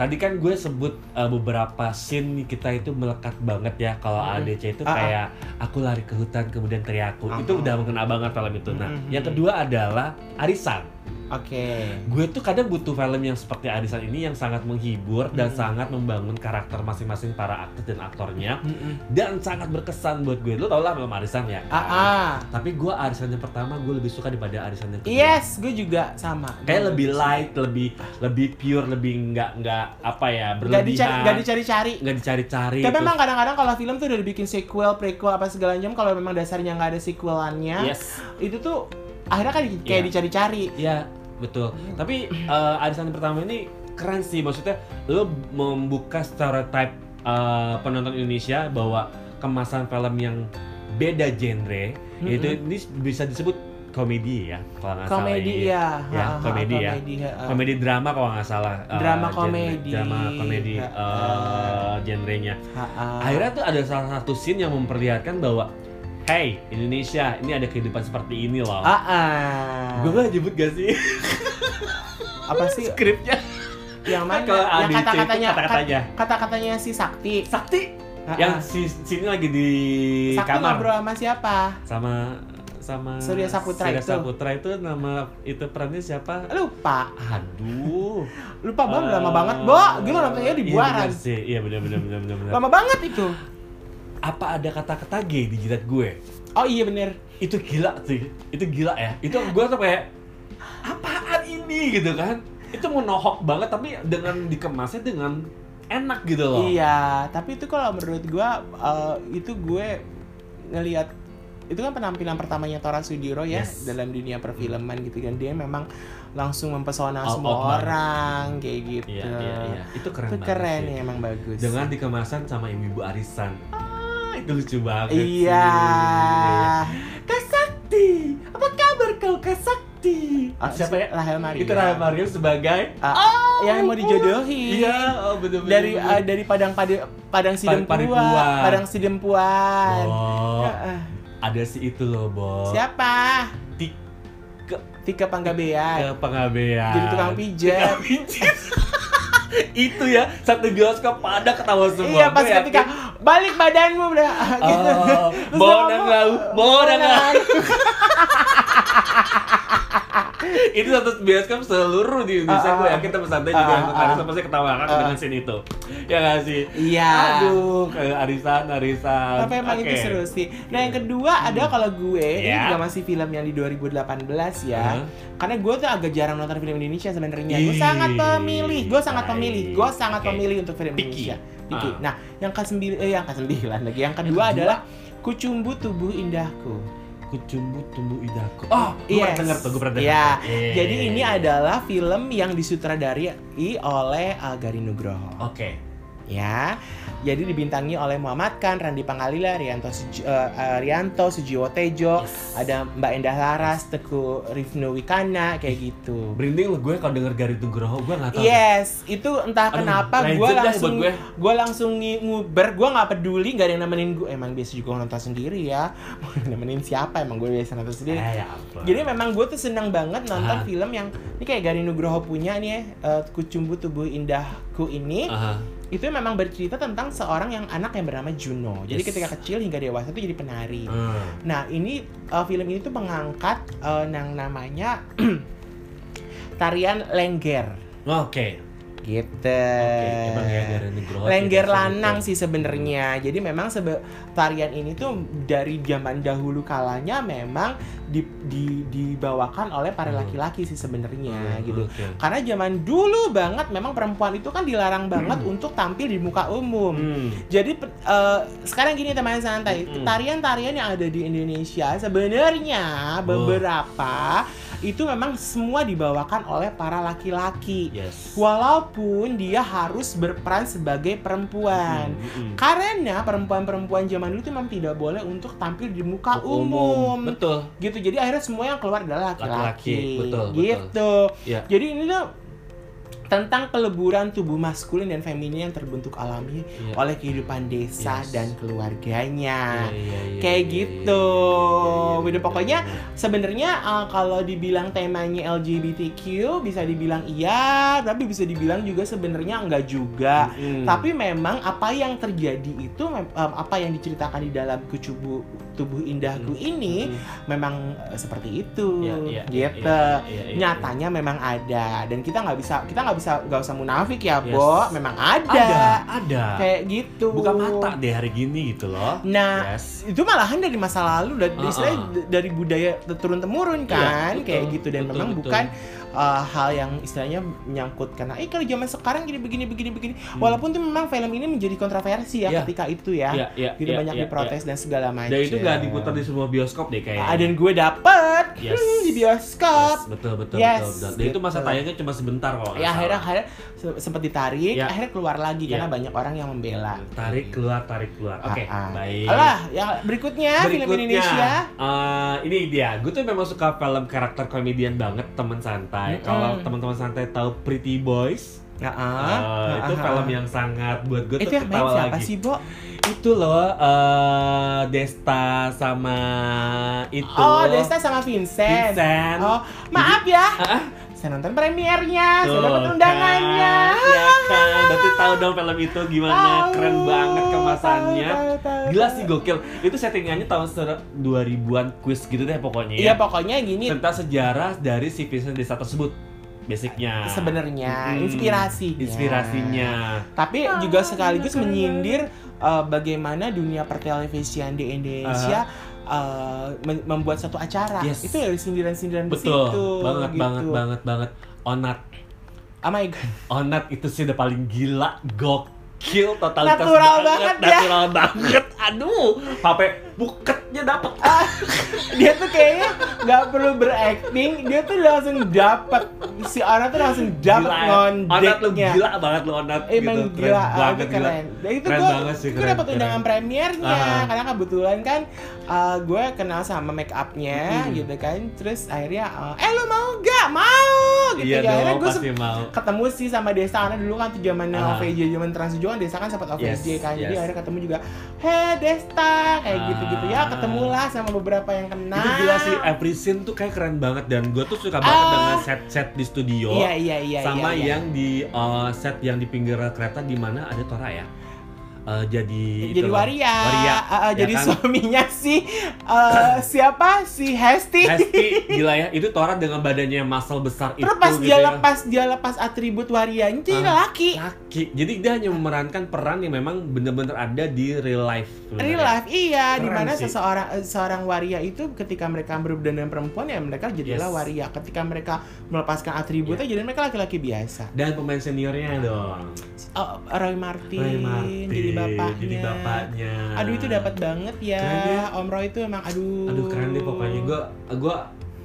Speaker 3: tadi kan gue sebut uh, beberapa scene kita itu melekat banget ya kalau
Speaker 2: Mm-mm.
Speaker 3: ADC itu
Speaker 2: Ah, ah.
Speaker 3: kayak aku lari ke hutan kemudian teriaku.
Speaker 2: Ah,
Speaker 3: Itu
Speaker 2: ah.
Speaker 3: udah mengena banget film itu. Nah,
Speaker 2: Mm-mm.
Speaker 3: yang kedua adalah arisan.
Speaker 2: Oke.
Speaker 3: Gue tuh kadang butuh film yang seperti arisan ini yang sangat menghibur dan
Speaker 2: Mm-mm.
Speaker 3: sangat membangun karakter masing-masing para aktor dan aktornya
Speaker 2: Mm-mm.
Speaker 3: dan sangat berkesan buat gue. Lo tau lah film arisan ya.
Speaker 2: Ah,
Speaker 3: kan?
Speaker 2: ah.
Speaker 3: Tapi gue arisan yang pertama gue lebih suka daripada arisan yang kedua
Speaker 2: Yes, gue juga sama.
Speaker 3: kayak lebih light, lebih lebih pure, lebih nggak nggak apa ya
Speaker 2: Gak dicari,
Speaker 3: berlebihan,
Speaker 2: gak dicari-cari.
Speaker 3: nggak gitu. dicari-cari.
Speaker 2: Tapi
Speaker 3: terus-
Speaker 2: memang kadang-kadang kalau film tuh udah dibikin sequel, prequel apa segala macam kalau memang dasarnya nggak ada sequelannya,
Speaker 3: yes,
Speaker 2: itu tuh akhirnya kan di- kayak
Speaker 3: Iya.
Speaker 2: dicari-cari.
Speaker 3: ya betul. Tapi eh, arisan pertama ini keren sih, maksudnya lo membuka stereotype eh, penonton Indonesia bahwa kemasan film yang beda genre
Speaker 2: Mm-mm.
Speaker 3: yaitu ini bisa disebut komedi ya kalau nggak salah
Speaker 2: komedi
Speaker 3: ini.
Speaker 2: ya,
Speaker 3: Ya,
Speaker 2: ha, ha,
Speaker 3: komedi ya.
Speaker 2: ha, ha.
Speaker 3: komedi drama kalau nggak salah eh,
Speaker 2: Drama
Speaker 3: genre-
Speaker 2: komedi.
Speaker 3: drama komedi
Speaker 2: Ya.
Speaker 3: eh, genrenya
Speaker 2: Ha, ha.
Speaker 3: akhirnya tuh ada salah satu scene yang memperlihatkan bahwa hey Indonesia ini ada kehidupan seperti ini loh
Speaker 2: Ah,
Speaker 3: gue boleh nyebut gak sih
Speaker 2: apa sih
Speaker 3: skripnya
Speaker 2: yang Iya. mana?
Speaker 3: Kan Kalau
Speaker 2: Yang
Speaker 3: ADC itu
Speaker 2: kata-katanya
Speaker 3: kata-katanya.
Speaker 2: kata-katanya si Sakti.
Speaker 3: Sakti
Speaker 2: Ha,
Speaker 3: yang
Speaker 2: ha.
Speaker 3: si sini lagi di
Speaker 2: ah. Sakti
Speaker 3: kamar
Speaker 2: ngobrol sama siapa?
Speaker 3: sama sama
Speaker 2: Surya Saputra
Speaker 3: Surya
Speaker 2: itu.
Speaker 3: Saputra itu nama itu perannya siapa
Speaker 2: Lupa.
Speaker 3: aduh
Speaker 2: Lupa banget, Oh,
Speaker 3: Eh,
Speaker 2: lama banget, Bo. Gila nontonnya di
Speaker 3: iya
Speaker 2: Buaran.
Speaker 3: bener sih. iya benar benar benar benar
Speaker 2: Lama banget itu.
Speaker 3: apa ada kata-kata gay di jidat gue
Speaker 2: Oh iya bener.
Speaker 3: itu gila sih itu gila ya itu gue tuh kayak apaan ini gitu kan itu menohok banget tapi dengan dikemasnya dengan enak gitu loh
Speaker 2: Iya, tapi itu kalau menurut gua eh, itu gue ngelihat itu kan penampilan pertamanya Tora Sudiro ya
Speaker 3: Yes.
Speaker 2: dalam dunia perfilman gitu kan dia memang langsung mempesona
Speaker 3: All
Speaker 2: semua
Speaker 3: out banget.
Speaker 2: orang kayak gitu.
Speaker 3: iya iya iya itu keren
Speaker 2: Itu
Speaker 3: banget
Speaker 2: keren
Speaker 3: sih.
Speaker 2: ya emang bagus.
Speaker 3: dengan dikemasan sama ibu-ibu arisan ah itu lucu banget sih.
Speaker 2: Iya.
Speaker 3: Kasakti apa kabar kau Kasakti
Speaker 2: Ah,
Speaker 3: siapa ya
Speaker 2: Rahel Mario.
Speaker 3: itu Rahel Mario sebagai
Speaker 2: Ah, yang mau dijodohin.
Speaker 3: iya oh, bener-bener
Speaker 2: Dari eh, dari Padang Padang Padang Sidempuan,
Speaker 3: Padempuan.
Speaker 2: Padang Sidempuan.
Speaker 3: Oh,
Speaker 2: Ah, ah.
Speaker 3: ada si itu loh, Bo.
Speaker 2: Siapa?
Speaker 3: Tik
Speaker 2: Tika Panggabean.
Speaker 3: ke pengabean.
Speaker 2: Jadi tukang pijat.
Speaker 3: Tukang pijat. Iya, itu ya, satu bioskop pada ketawa semua.
Speaker 2: Iya pas
Speaker 3: Gua
Speaker 2: ketika
Speaker 3: yakin,
Speaker 2: balik badanmu udah gitu. kan? *laughs*
Speaker 3: Oh,
Speaker 2: Terus
Speaker 3: bonang
Speaker 2: ngomong,
Speaker 3: lau, bonang lau.
Speaker 2: bonang.
Speaker 3: Itu satu bioskop seluruh di
Speaker 2: Ah,
Speaker 3: Indonesia.
Speaker 2: ah,
Speaker 3: Gue yakin teman santai
Speaker 2: ah,
Speaker 3: juga
Speaker 2: ah,
Speaker 3: yang
Speaker 2: ah.
Speaker 3: kemarin pasti ketawa kakak
Speaker 2: Ah.
Speaker 3: dengan scene itu. Ya nggak sih?
Speaker 2: Iya.
Speaker 3: Aduh, ke arisan, arisan.
Speaker 2: Tapi emang
Speaker 3: Oke. Hmm.
Speaker 2: itu seru sih. Nah yang kedua ada kalau gue ini
Speaker 3: Iya.
Speaker 2: juga masih film yang di 2018 ya.
Speaker 3: Heeh.
Speaker 2: Karena gue tuh agak jarang nonton film Indonesia sebenarnya. Gue
Speaker 3: Ih,
Speaker 2: sangat pemilih, gue sangat
Speaker 3: baik.
Speaker 2: pemilih, gue sangat
Speaker 3: Oke.
Speaker 2: pemilih untuk film
Speaker 3: Picky.
Speaker 2: Indonesia. Picky.
Speaker 3: Ah.
Speaker 2: Nah yang ke sembilan, eh, yang ke sembilan lagi. Yang kedua
Speaker 3: kedua?
Speaker 2: adalah Kucumbu Tubuh Indahku.
Speaker 3: Kucumbu tumbuh idaku. Oh, gue pernah
Speaker 2: Yes.
Speaker 3: denger tuh, gue pernah denger.
Speaker 2: Iya.
Speaker 3: Iya.
Speaker 2: Jadi ini adalah film yang disutradari oleh uh, Garin Nugroho.
Speaker 3: Oke.
Speaker 2: ya. Jadi dibintangi oleh Muhammad Khan, Randi Pangalila, Rianto, Suji, eh, eh, Rianto Sujiwo Tejo, ada Mbak Endah Laras, Teku Rifnu Wikana kayak gitu.
Speaker 3: Merinding lo gue kalau denger Garin Nugroho, gue nggak tahu.
Speaker 2: Yes, itu entah
Speaker 3: Aduh,
Speaker 2: kenapa
Speaker 3: legend
Speaker 2: gue
Speaker 3: dah
Speaker 2: langsung
Speaker 3: buat gue.
Speaker 2: gue. langsung ngi- nguber, gue nggak peduli nggak ada yang nemenin gue. Emang biasa juga nonton sendiri ya, *laughs* mau nemenin siapa? Emang gue biasa nonton sendiri.
Speaker 3: Eh, ya ampun.
Speaker 2: Jadi memang gue tuh senang banget nonton
Speaker 3: Ah.
Speaker 2: film yang ini kayak Garin Nugroho punya nih, ya, eh, Kucumbu Tubuh Indahku ini.
Speaker 3: Aha.
Speaker 2: itu memang bercerita tentang seorang yang anak yang bernama Juno. Jadi
Speaker 3: Yes.
Speaker 2: ketika kecil hingga dewasa itu jadi penari.
Speaker 3: Hmm.
Speaker 2: Nah, ini uh, film ini tuh mengangkat uh, yang namanya *clears throat* tarian lengger
Speaker 3: Oke.
Speaker 2: gitu.
Speaker 3: Oke, emang ya Garin Nugroho.
Speaker 2: Lengger
Speaker 3: tidak sedikit.
Speaker 2: lanang sih sebenarnya. Jadi memang sebe- tarian ini tuh dari zaman dahulu kalanya memang di- di- dibawakan oleh para
Speaker 3: Hmm.
Speaker 2: laki-laki sih sebenarnya
Speaker 3: Hmm,
Speaker 2: gitu.
Speaker 3: oke.
Speaker 2: Karena zaman dulu banget memang perempuan itu kan dilarang banget untuk tampil di muka umum.
Speaker 3: Hmm.
Speaker 2: Jadi pe- eh, sekarang gini teman santai,
Speaker 3: Mm-mm.
Speaker 2: tarian-tarian yang ada di Indonesia sebenarnya beberapa itu memang semua dibawakan oleh para laki-laki.
Speaker 3: Yes.
Speaker 2: Walaupun dia harus berperan sebagai
Speaker 3: Hmm,
Speaker 2: perempuan.
Speaker 3: Mm-mm.
Speaker 2: Karena perempuan-perempuan zaman dulu itu memang tidak boleh untuk tampil di muka umum.
Speaker 3: Betul.
Speaker 2: Gitu. Jadi akhirnya semua yang keluar adalah
Speaker 3: Laki-laki,
Speaker 2: laki-laki.
Speaker 3: betul, betul.
Speaker 2: Gitu.
Speaker 3: Ya.
Speaker 2: Jadi ini tuh tentang peleburan tubuh maskulin dan feminin yang terbentuk alami
Speaker 3: Iya.
Speaker 2: oleh kehidupan desa
Speaker 3: Yes.
Speaker 2: dan keluarganya.
Speaker 3: Iya, iya, iya,
Speaker 2: Nah, kayak
Speaker 3: iya,
Speaker 2: gitu.
Speaker 3: iya, iya,
Speaker 2: Udah,
Speaker 3: iya,
Speaker 2: pokoknya
Speaker 3: iya.
Speaker 2: Sebenarnya uh, kalau dibilang temanya LGBTQ bisa dibilang iya, tapi bisa dibilang juga sebenarnya enggak juga.
Speaker 3: Mm-mm.
Speaker 2: Tapi memang apa yang terjadi itu mem- um, apa yang diceritakan di dalam kucubu tubuh indahku
Speaker 3: Hmm.
Speaker 2: ini
Speaker 3: Mm-mm.
Speaker 2: memang uh, seperti itu.
Speaker 3: Iya, iya, iya,
Speaker 2: gitu.
Speaker 3: iya, iya, iya, iya.
Speaker 2: Nyatanya memang ada dan kita nggak bisa kita nggak bisa nggak usah munafik ya,
Speaker 3: Yes.
Speaker 2: Bo. Memang
Speaker 3: ada,
Speaker 2: ada.
Speaker 3: ada.
Speaker 2: Kayak gitu.
Speaker 3: Buka mata deh hari gini gitu loh.
Speaker 2: Nah,
Speaker 3: Yes.
Speaker 2: itu malahan dari masa lalu dari
Speaker 3: Ah,
Speaker 2: istilahnya
Speaker 3: ah.
Speaker 2: d- dari budaya turun temurun
Speaker 3: Iya,
Speaker 2: kan
Speaker 3: betul,
Speaker 2: kayak gitu dan
Speaker 3: betul,
Speaker 2: memang
Speaker 3: betul.
Speaker 2: bukan eh, hal yang istilahnya menyangkut karena eh kalau zaman sekarang gini begini begini begini walaupun tuh memang film ini menjadi kontroversi ya
Speaker 3: Hmm. Iya.
Speaker 2: ketika itu ya
Speaker 3: Iya, iya,
Speaker 2: gitu
Speaker 3: iya,
Speaker 2: banyak
Speaker 3: iya,
Speaker 2: diprotes dan segala
Speaker 3: iya.
Speaker 2: macam
Speaker 3: Dan itu nggak diputar di semua bioskop deh kayaknya.
Speaker 2: Ah, dan gue dapet
Speaker 3: Yes.
Speaker 2: hmm, di
Speaker 3: Yes,
Speaker 2: bioskop
Speaker 3: betul betul
Speaker 2: Yes,
Speaker 3: betul. betul. Dan itu masa
Speaker 2: gitu.
Speaker 3: tayangnya cuma sebentar kok.
Speaker 2: ya akhirnya akhirnya se- sempat ditarik
Speaker 3: Iya.
Speaker 2: akhirnya keluar lagi karena banyak orang yang membela
Speaker 3: Tarik keluar, tarik keluar. Oke,
Speaker 2: Iya. Ah, ah.
Speaker 3: baik.
Speaker 2: Alah, yang berikutnya, film Indonesia.
Speaker 3: eh, ini dia. Gue tuh memang suka film karakter komedian banget, teman santai.
Speaker 2: Mm-mm.
Speaker 3: Kalau teman-teman santai tahu Pretty Boys, eh, itu film yang sangat buat gue
Speaker 2: Ah, itu
Speaker 3: tuh
Speaker 2: yang main
Speaker 3: ketawa
Speaker 2: siapa
Speaker 3: lagi.
Speaker 2: sih, Bo?
Speaker 3: Itu loh eh, Desta sama itu.
Speaker 2: Oh, Desta sama Vincent.
Speaker 3: Vincent.
Speaker 2: Oh, maaf ya. Saya nonton premiernya, saya dapat undangannya.
Speaker 3: Kan, ya kan, berarti tahu dong film itu gimana, keren
Speaker 2: Tahu,
Speaker 3: banget kemasannya.
Speaker 2: tahu, tahu, tahu,
Speaker 3: Gila
Speaker 2: tahu.
Speaker 3: sih gokil. Itu settingannya tahun ser- 2000-an quiz gitu deh pokoknya
Speaker 2: Iya,
Speaker 3: ya.
Speaker 2: pokoknya gini
Speaker 3: Tentang sejarah dari si Vincent Desa tersebut. Basicnya.
Speaker 2: sebenarnya
Speaker 3: Mm-mm.
Speaker 2: inspirasinya.
Speaker 3: Inspirasinya.
Speaker 2: Tapi juga sekaligus menyindir uh, bagaimana dunia pertelevisian di Indonesia uh, men- membuat satu acara.
Speaker 3: Yes.
Speaker 2: Itu dari sindiran-sindiran di
Speaker 3: Betul.
Speaker 2: situ,
Speaker 3: banget
Speaker 2: gitu.
Speaker 3: banget banget banget. Onat.
Speaker 2: Oh my god.
Speaker 3: Onat itu sih udah paling gila gokil totalitas
Speaker 2: Natural banget ya.
Speaker 3: natural banget aduh sampai buketnya dapet
Speaker 2: dia tuh kayaknya nggak perlu berakting dia tuh langsung dapet si Ana tuh langsung dapet
Speaker 3: Gila ya. Onat lu
Speaker 2: ngondeknya
Speaker 3: gila banget lu onat Gitu.
Speaker 2: Emang
Speaker 3: Keren
Speaker 2: gila,
Speaker 3: banget
Speaker 2: banget, keren. Dan itu
Speaker 3: Keren
Speaker 2: gue
Speaker 3: banget sih,
Speaker 2: gue
Speaker 3: keren,
Speaker 2: dapat
Speaker 3: keren.
Speaker 2: undangan premiernya
Speaker 3: Ah.
Speaker 2: karena kebetulan kan uh, gue kenal sama make upnya
Speaker 3: Mm-mm.
Speaker 2: gitu kan. Terus akhirnya uh, eh lu mau gak? Mau gitu
Speaker 3: iya
Speaker 2: ya. Akhirnya
Speaker 3: dong
Speaker 2: gue
Speaker 3: pasti mau
Speaker 2: ketemu sih sama Desa karena dulu kan tuh zaman
Speaker 3: Ah.
Speaker 2: OVJ zaman Trans Tujuh kan Desa kan sempat OVJ
Speaker 3: Yes,
Speaker 2: kan jadi
Speaker 3: yes.
Speaker 2: akhirnya ketemu juga heh Desta kayak
Speaker 3: Ah.
Speaker 2: gitu-gitu ya ketemulah sama beberapa yang kenal
Speaker 3: itu gila sih eh, every scene tuh kayak keren banget dan gue tuh suka banget
Speaker 2: Nah. Ah.
Speaker 3: dengan set-set di studio
Speaker 2: iya iya iya iya,
Speaker 3: sama
Speaker 2: iya.
Speaker 3: yang di uh, set yang di pinggir kereta di mana ada Tora ya Uh, jadi
Speaker 2: jadi
Speaker 3: itu loh.
Speaker 2: waria,
Speaker 3: waria
Speaker 2: Ah, ah,
Speaker 3: ya
Speaker 2: jadi
Speaker 3: kan?
Speaker 2: suaminya si eh,
Speaker 3: *coughs*
Speaker 2: siapa si Hesti,
Speaker 3: Hesti gila ya itu Tora dengan badannya yang muscle besar itu
Speaker 2: terus pas
Speaker 3: gitu
Speaker 2: dia
Speaker 3: ya.
Speaker 2: lepas dia lepas atribut warianya jadi
Speaker 3: Ah.
Speaker 2: laki
Speaker 3: Laki. Jadi dia hanya memerankan peran yang memang bener-bener ada di real life. sebenarnya.
Speaker 2: real life iya
Speaker 3: ya. Keren
Speaker 2: dimana
Speaker 3: sih.
Speaker 2: seseorang eh, seorang waria itu ketika mereka berhubungan dengan perempuan ya mereka jadilah
Speaker 3: Yes. Iya.
Speaker 2: waria ketika mereka melepaskan atributnya jadi mereka laki-laki biasa
Speaker 3: Dan pemain seniornya dong.
Speaker 2: Oh, Roy Martin,
Speaker 3: Roy Martin.
Speaker 2: jadi bapaknya
Speaker 3: Jadi bapaknya.
Speaker 2: aduh itu dapat banget ya
Speaker 3: Keren ya.
Speaker 2: Om Roy itu emang aduh
Speaker 3: Aduh keren deh pokoknya. Gue gue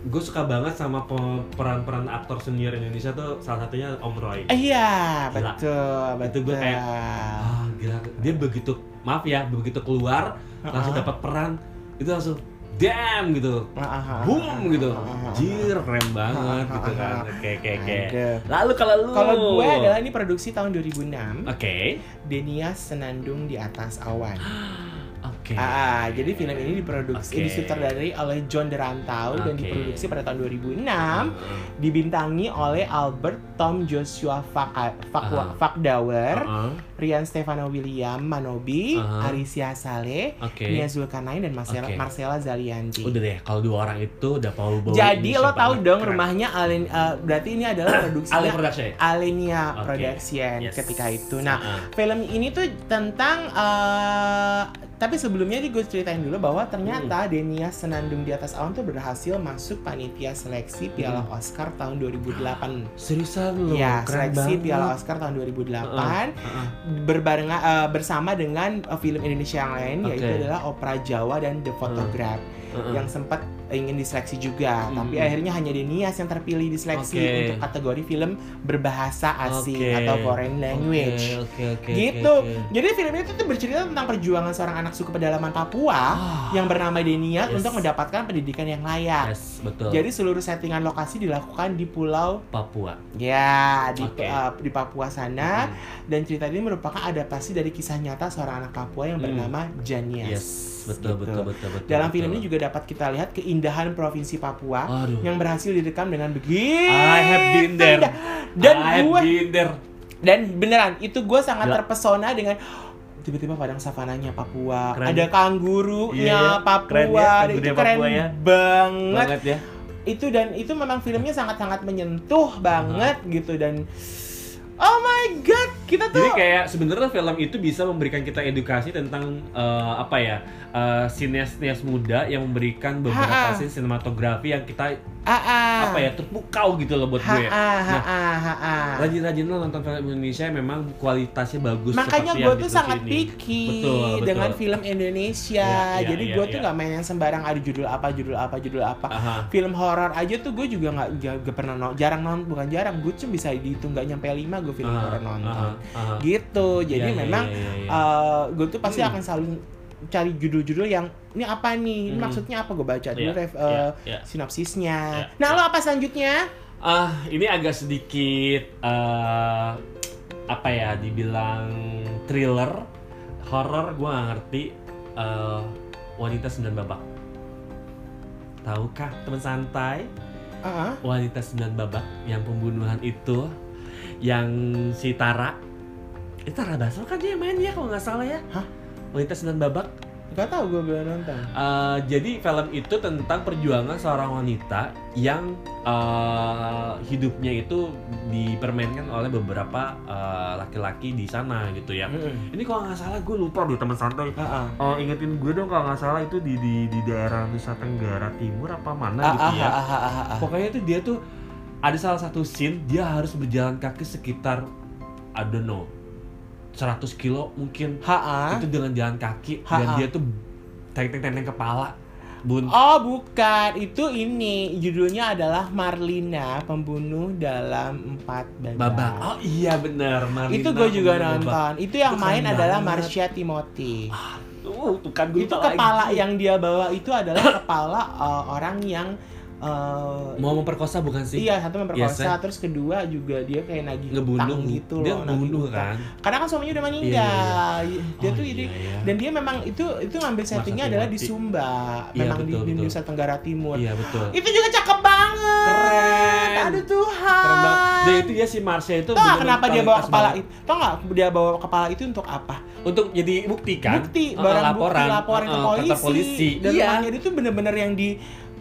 Speaker 3: gue suka banget sama pe- peran-peran aktor senior Indonesia tuh salah satunya Om Roy.
Speaker 2: Eh, iya
Speaker 3: Gila.
Speaker 2: betul
Speaker 3: Itu
Speaker 2: betul
Speaker 3: gua kayak, Ah, gila. Dia begitu maaf ya begitu keluar langsung
Speaker 2: Uh-uh.
Speaker 3: dapat peran itu langsung damn gitu.
Speaker 2: Ah, ah, ah, ah,
Speaker 3: Boom gitu.
Speaker 2: ah, ah, ah.
Speaker 3: Jir keren banget
Speaker 2: Ah, ah,
Speaker 3: gitu
Speaker 2: ah,
Speaker 3: kan.
Speaker 2: ah.
Speaker 3: Kayak kayak kayak. Oh.
Speaker 2: Ada.
Speaker 3: Lalu kalau lu
Speaker 2: Kalau gue adalah ini produksi tahun 2006,
Speaker 3: Oke.
Speaker 2: Denia Senandung di atas awan.
Speaker 3: Oke.
Speaker 2: Ah, ah, jadi film ini diproduksi
Speaker 3: Oke.
Speaker 2: disutradarai oleh John Derantau dan
Speaker 3: Oke.
Speaker 2: diproduksi pada tahun 2006, dibintangi oleh Albert Tom Joshua Faka- Fakwa-
Speaker 3: Ah.
Speaker 2: Fakdawar,
Speaker 3: Heeh.
Speaker 2: Rian Stefano William Manobi,
Speaker 3: Ah.
Speaker 2: Arisia Saleh,
Speaker 3: Oke.
Speaker 2: Nia Zulkarnain dan Marcella,
Speaker 3: Oke.
Speaker 2: Marcella Zalianti.
Speaker 3: Udah deh, kalau dua orang itu udah bau bau.
Speaker 2: Jadi lo tahu dong rumahnya Alen eh, berarti ini adalah
Speaker 3: Alien
Speaker 2: produksinya
Speaker 3: Production ya?
Speaker 2: Alenia
Speaker 3: Oke.
Speaker 2: Production
Speaker 3: Yes.
Speaker 2: ketika itu. Nah,
Speaker 3: Heeh.
Speaker 2: film ini tuh tentang eh, tapi sebelumnya nih gue ceritain dulu bahwa ternyata
Speaker 3: Hmm.
Speaker 2: Denia Senandung di atas awan tuh berhasil masuk panitia seleksi Piala Oscar tahun 2008.
Speaker 3: seriusan lo,
Speaker 2: Ya,
Speaker 3: Hmm. keren
Speaker 2: seleksi
Speaker 3: banget.
Speaker 2: Piala Oscar tahun 2008
Speaker 3: Heeh.
Speaker 2: berbarengan eh, bersama dengan eh, film Indonesia yang lain yaitu
Speaker 3: Oke.
Speaker 2: adalah Opera Jawa dan The Photograph
Speaker 3: Heeh.
Speaker 2: yang sempat ingin diseleksi juga,
Speaker 3: Hmm.
Speaker 2: tapi akhirnya hanya Denias yang terpilih diseleksi
Speaker 3: Oke.
Speaker 2: untuk kategori film berbahasa asing
Speaker 3: Oke.
Speaker 2: atau foreign language.
Speaker 3: Oke, oke, oke.
Speaker 2: Gitu.
Speaker 3: oke.
Speaker 2: Jadi film itu tuh bercerita tentang perjuangan seorang anak suku pedalaman Papua
Speaker 3: Ah,
Speaker 2: yang bernama Denias
Speaker 3: Yes.
Speaker 2: untuk mendapatkan pendidikan yang layak.
Speaker 3: yes, betul.
Speaker 2: Jadi seluruh settingan lokasi dilakukan di pulau
Speaker 3: Papua. Hmm,
Speaker 2: ya di
Speaker 3: Oke. Mm-hmm.
Speaker 2: eh, di Papua sana dan cerita ini merupakan adaptasi dari kisah nyata seorang anak Papua yang
Speaker 3: Hmm.
Speaker 2: bernama Janias.
Speaker 3: Yes,
Speaker 2: Gitu.
Speaker 3: betul, betul, betul, betul.
Speaker 2: Dalam film
Speaker 3: betul.
Speaker 2: ini juga dapat kita lihat keindahan provinsi Papua
Speaker 3: Aduh.
Speaker 2: yang berhasil direkam dengan begitu.
Speaker 3: I have been there.
Speaker 2: indah. Dan
Speaker 3: I've
Speaker 2: gue
Speaker 3: been there.
Speaker 2: dan beneran itu gue sangat
Speaker 3: Gila.
Speaker 2: terpesona dengan tiba-tiba padang savananya Papua,
Speaker 3: Keren.
Speaker 2: ada kangurunya
Speaker 3: Iya, iya.
Speaker 2: Papua,
Speaker 3: Keren
Speaker 2: dan
Speaker 3: ya,
Speaker 2: itu
Speaker 3: kangurunya
Speaker 2: keren
Speaker 3: Papua ya.
Speaker 2: banget.
Speaker 3: Banget ya.
Speaker 2: Itu dan itu memang filmnya sangat-sangat menyentuh banget gitu dan oh my god kita tuh
Speaker 3: Jadi kayak sebenarnya film itu bisa memberikan kita edukasi tentang eh, apa ya eh, sineas-sineas muda yang memberikan beberapa
Speaker 2: Ha-ha.
Speaker 3: scene sinematografi yang kita
Speaker 2: Ah,
Speaker 3: apa ya terpukau gitu loh buat gue.
Speaker 2: Ha-ah,
Speaker 3: Nah,
Speaker 2: ha-ah, ha-ah.
Speaker 3: Rajin-rajinlah nonton film Indonesia yang memang kualitasnya bagus.
Speaker 2: Makanya
Speaker 3: seperti
Speaker 2: gue tuh
Speaker 3: yang di
Speaker 2: sangat
Speaker 3: sini.
Speaker 2: picky
Speaker 3: Betul, betul.
Speaker 2: dengan film Indonesia.
Speaker 3: Iya, iya,
Speaker 2: Jadi
Speaker 3: iya,
Speaker 2: gue tuh
Speaker 3: iya.
Speaker 2: nggak main yang sembarang ada judul apa, judul apa, judul apa.
Speaker 3: Aha.
Speaker 2: Film horor aja tuh gue juga nggak ja- nggak pernah no- jarang nonton, bukan jarang, gue cuma bisa dihitung nggak nyampe lima gue film
Speaker 3: Aha,
Speaker 2: horor
Speaker 3: aha,
Speaker 2: nonton.
Speaker 3: aha.
Speaker 2: Gitu. Jadi
Speaker 3: Ah, Iya, iya,
Speaker 2: memang eh,
Speaker 3: iya, iya, iya.
Speaker 2: gue tuh pasti
Speaker 3: Hmm.
Speaker 2: akan selalu cari judul-judul yang ini apa nih, ini
Speaker 3: Hmm.
Speaker 2: maksudnya apa gue baca dulu
Speaker 3: Iya,
Speaker 2: ref-
Speaker 3: iya,
Speaker 2: eh,
Speaker 3: iya.
Speaker 2: sinopsisnya.
Speaker 3: Iya,
Speaker 2: Nah
Speaker 3: iya.
Speaker 2: lo apa selanjutnya?
Speaker 3: Ah, ini agak sedikit eh, apa ya dibilang thriller, horror gue gak ngerti Eh, wanita sembilan babak. Tahukah teman santai
Speaker 2: Ah,
Speaker 3: wanita sembilan babak yang pembunuhan itu yang si Tara itu Tara Basro kan dia yang main ya kalau nggak salah ya
Speaker 2: Hah?
Speaker 3: wanita sembilan babak
Speaker 2: nggak tahu gue belum nonton.
Speaker 3: Eh, jadi film itu tentang perjuangan seorang wanita yang eh, hidupnya itu dipermainkan oleh beberapa eh, laki-laki di sana gitu ya.
Speaker 2: Mm-mm.
Speaker 3: Ini kalau nggak salah gue lupa dulu teman santai.
Speaker 2: Ah, ah.
Speaker 3: Oh ingetin gue dong kalau nggak salah itu di, di di daerah Nusa Tenggara Timur apa mana
Speaker 2: Ah,
Speaker 3: gitu
Speaker 2: ah,
Speaker 3: ya.
Speaker 2: ah, ah, ah, ah.
Speaker 3: Pokoknya itu dia tuh ada salah satu scene dia harus berjalan kaki sekitar I don't know 100 kilo mungkin
Speaker 2: Ha-ha.
Speaker 3: itu dengan jalan kaki
Speaker 2: Ha-ha.
Speaker 3: dan dia tuh teng teng teng teng kepala bun
Speaker 2: Oh bukan, itu ini judulnya adalah Marlina pembunuh dalam empat babak.
Speaker 3: babak oh iya bener Marlina
Speaker 2: itu gue juga
Speaker 3: Pembunuh Babak.
Speaker 2: nonton. Itu yang
Speaker 3: Itu
Speaker 2: main
Speaker 3: keren
Speaker 2: adalah
Speaker 3: banget.
Speaker 2: Marcia Timothy.
Speaker 3: uh tuh kan gue
Speaker 2: itu
Speaker 3: lupa lagi.
Speaker 2: kepala yang dia bawa itu
Speaker 3: *coughs*
Speaker 2: adalah kepala eh, orang yang eh,
Speaker 3: mau memperkosa bukan sih
Speaker 2: iya satu memperkosa,
Speaker 3: Yes,
Speaker 2: terus kedua juga dia kayak nagih
Speaker 3: ngebunuh
Speaker 2: utang gitu
Speaker 3: dia
Speaker 2: loh. nagih
Speaker 3: ngebunuh
Speaker 2: utang.
Speaker 3: kan
Speaker 2: Karena kan suaminya udah meninggal. Dia
Speaker 3: Oh,
Speaker 2: tuh
Speaker 3: iya,
Speaker 2: jadi
Speaker 3: iya.
Speaker 2: dan dia memang itu itu ngambil settingnya adalah di
Speaker 3: mati.
Speaker 2: Sumba,
Speaker 3: Iya,
Speaker 2: memang di,
Speaker 3: betul,
Speaker 2: di
Speaker 3: betul.
Speaker 2: Nusa Tenggara Timur.
Speaker 3: iya betul
Speaker 2: Itu juga cakep banget.
Speaker 3: Keren.
Speaker 2: Aduh Tuhan.
Speaker 3: keren banget dan itu dia si Marsha itu
Speaker 2: Tau nggak
Speaker 3: beneran
Speaker 2: kenapa dia bawa
Speaker 3: kualitas
Speaker 2: kepala
Speaker 3: banget.
Speaker 2: itu? Tau nggak dia bawa kepala itu untuk apa?
Speaker 3: untuk jadi bukti kan
Speaker 2: Bukti,
Speaker 3: Uh-uh,
Speaker 2: barang
Speaker 3: laporan
Speaker 2: bukti, laporan ke
Speaker 3: Uh-uh,
Speaker 2: polisi.
Speaker 3: kantor polisi
Speaker 2: Dan
Speaker 3: iya
Speaker 2: rumahnya dia tuh bener-bener yang di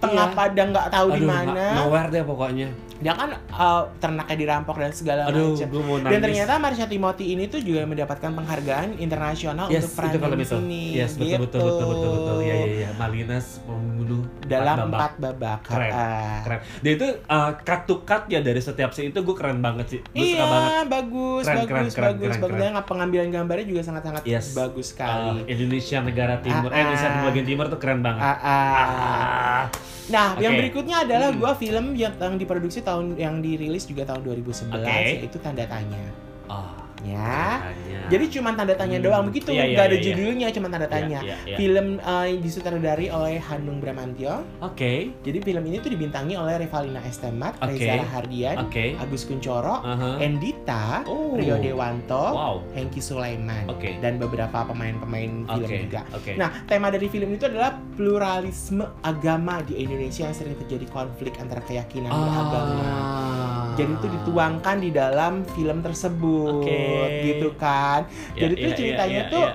Speaker 2: tengah
Speaker 3: Iya.
Speaker 2: padang nggak tahu di
Speaker 3: Aduh,
Speaker 2: mana.
Speaker 3: nggak- nowhere deh pokoknya
Speaker 2: Dia kan uh, ternaknya dirampok dan segala
Speaker 3: aduh
Speaker 2: macam.
Speaker 3: gue mau
Speaker 2: Dan
Speaker 3: nangis
Speaker 2: ternyata Marsha Timothy ini tuh juga mendapatkan penghargaan internasional
Speaker 3: yes,
Speaker 2: untuk peran
Speaker 3: film
Speaker 2: di
Speaker 3: itu.
Speaker 2: sini.
Speaker 3: Yes, betul
Speaker 2: gitu.
Speaker 3: betul betul betul betul. Iya iya iya. Malinas membunuh
Speaker 2: Dalam
Speaker 3: babak.
Speaker 2: empat babak.
Speaker 3: Keren,
Speaker 2: Ah.
Speaker 3: Keren. Dia itu uh, cut to cut ya dari setiap scene itu gue keren banget sih. Gue
Speaker 2: iya,
Speaker 3: suka
Speaker 2: bagus,
Speaker 3: banget. Keren,
Speaker 2: bagus,
Speaker 3: keren,
Speaker 2: bagus,
Speaker 3: keren,
Speaker 2: bagus.
Speaker 3: keren,
Speaker 2: Dan pengambilan gambarnya juga sangat-sangat
Speaker 3: Yes.
Speaker 2: bagus
Speaker 3: Uh,
Speaker 2: sekali.
Speaker 3: Indonesia negara timur, eh
Speaker 2: Ah,
Speaker 3: Indonesia
Speaker 2: ah.
Speaker 3: bagian timur tuh keren banget.
Speaker 2: Ah, ah.
Speaker 3: Ah.
Speaker 2: Nah, yang
Speaker 3: Oke.
Speaker 2: berikutnya adalah
Speaker 3: Hmm.
Speaker 2: gua film yang, yang diproduksi tahun yang dirilis juga tahun 2011
Speaker 3: Oke.
Speaker 2: yaitu tanda tanya.
Speaker 3: Oh,
Speaker 2: Ya.
Speaker 3: tanya.
Speaker 2: Jadi cuma tanda tanya
Speaker 3: Hmm.
Speaker 2: doang begitu,
Speaker 3: Iya, iya,
Speaker 2: nggak ada
Speaker 3: iya, iya.
Speaker 2: judulnya, cuma tanda
Speaker 3: Iya,
Speaker 2: tanya.
Speaker 3: iya, iya.
Speaker 2: Film eh, disutradari oleh Hanung Bramantyo.
Speaker 3: Oke,
Speaker 2: Jadi film ini tuh dibintangi oleh Revalina S. Temat,
Speaker 3: Oke.
Speaker 2: Reza Rahardian,
Speaker 3: oke.
Speaker 2: Agus Kuncoro,
Speaker 3: Aha.
Speaker 2: Endita,
Speaker 3: Oh.
Speaker 2: Kan? Ah. Rio Dewanto,
Speaker 3: Wow.
Speaker 2: Hengki Sulaiman,
Speaker 3: Oke.
Speaker 2: dan beberapa pemain-pemain film
Speaker 3: Oke.
Speaker 2: juga.
Speaker 3: Oke.
Speaker 2: Nah, tema dari film itu adalah pluralisme agama di Indonesia yang sering terjadi konflik antara keyakinan beragama.
Speaker 3: Ah.
Speaker 2: Jadi itu dituangkan di dalam film tersebut,
Speaker 3: Oke.
Speaker 2: gitu kan?
Speaker 3: Iya,
Speaker 2: Jadi tuh
Speaker 3: iya, iya,
Speaker 2: ceritanya
Speaker 3: iya,
Speaker 2: tuh
Speaker 3: iya.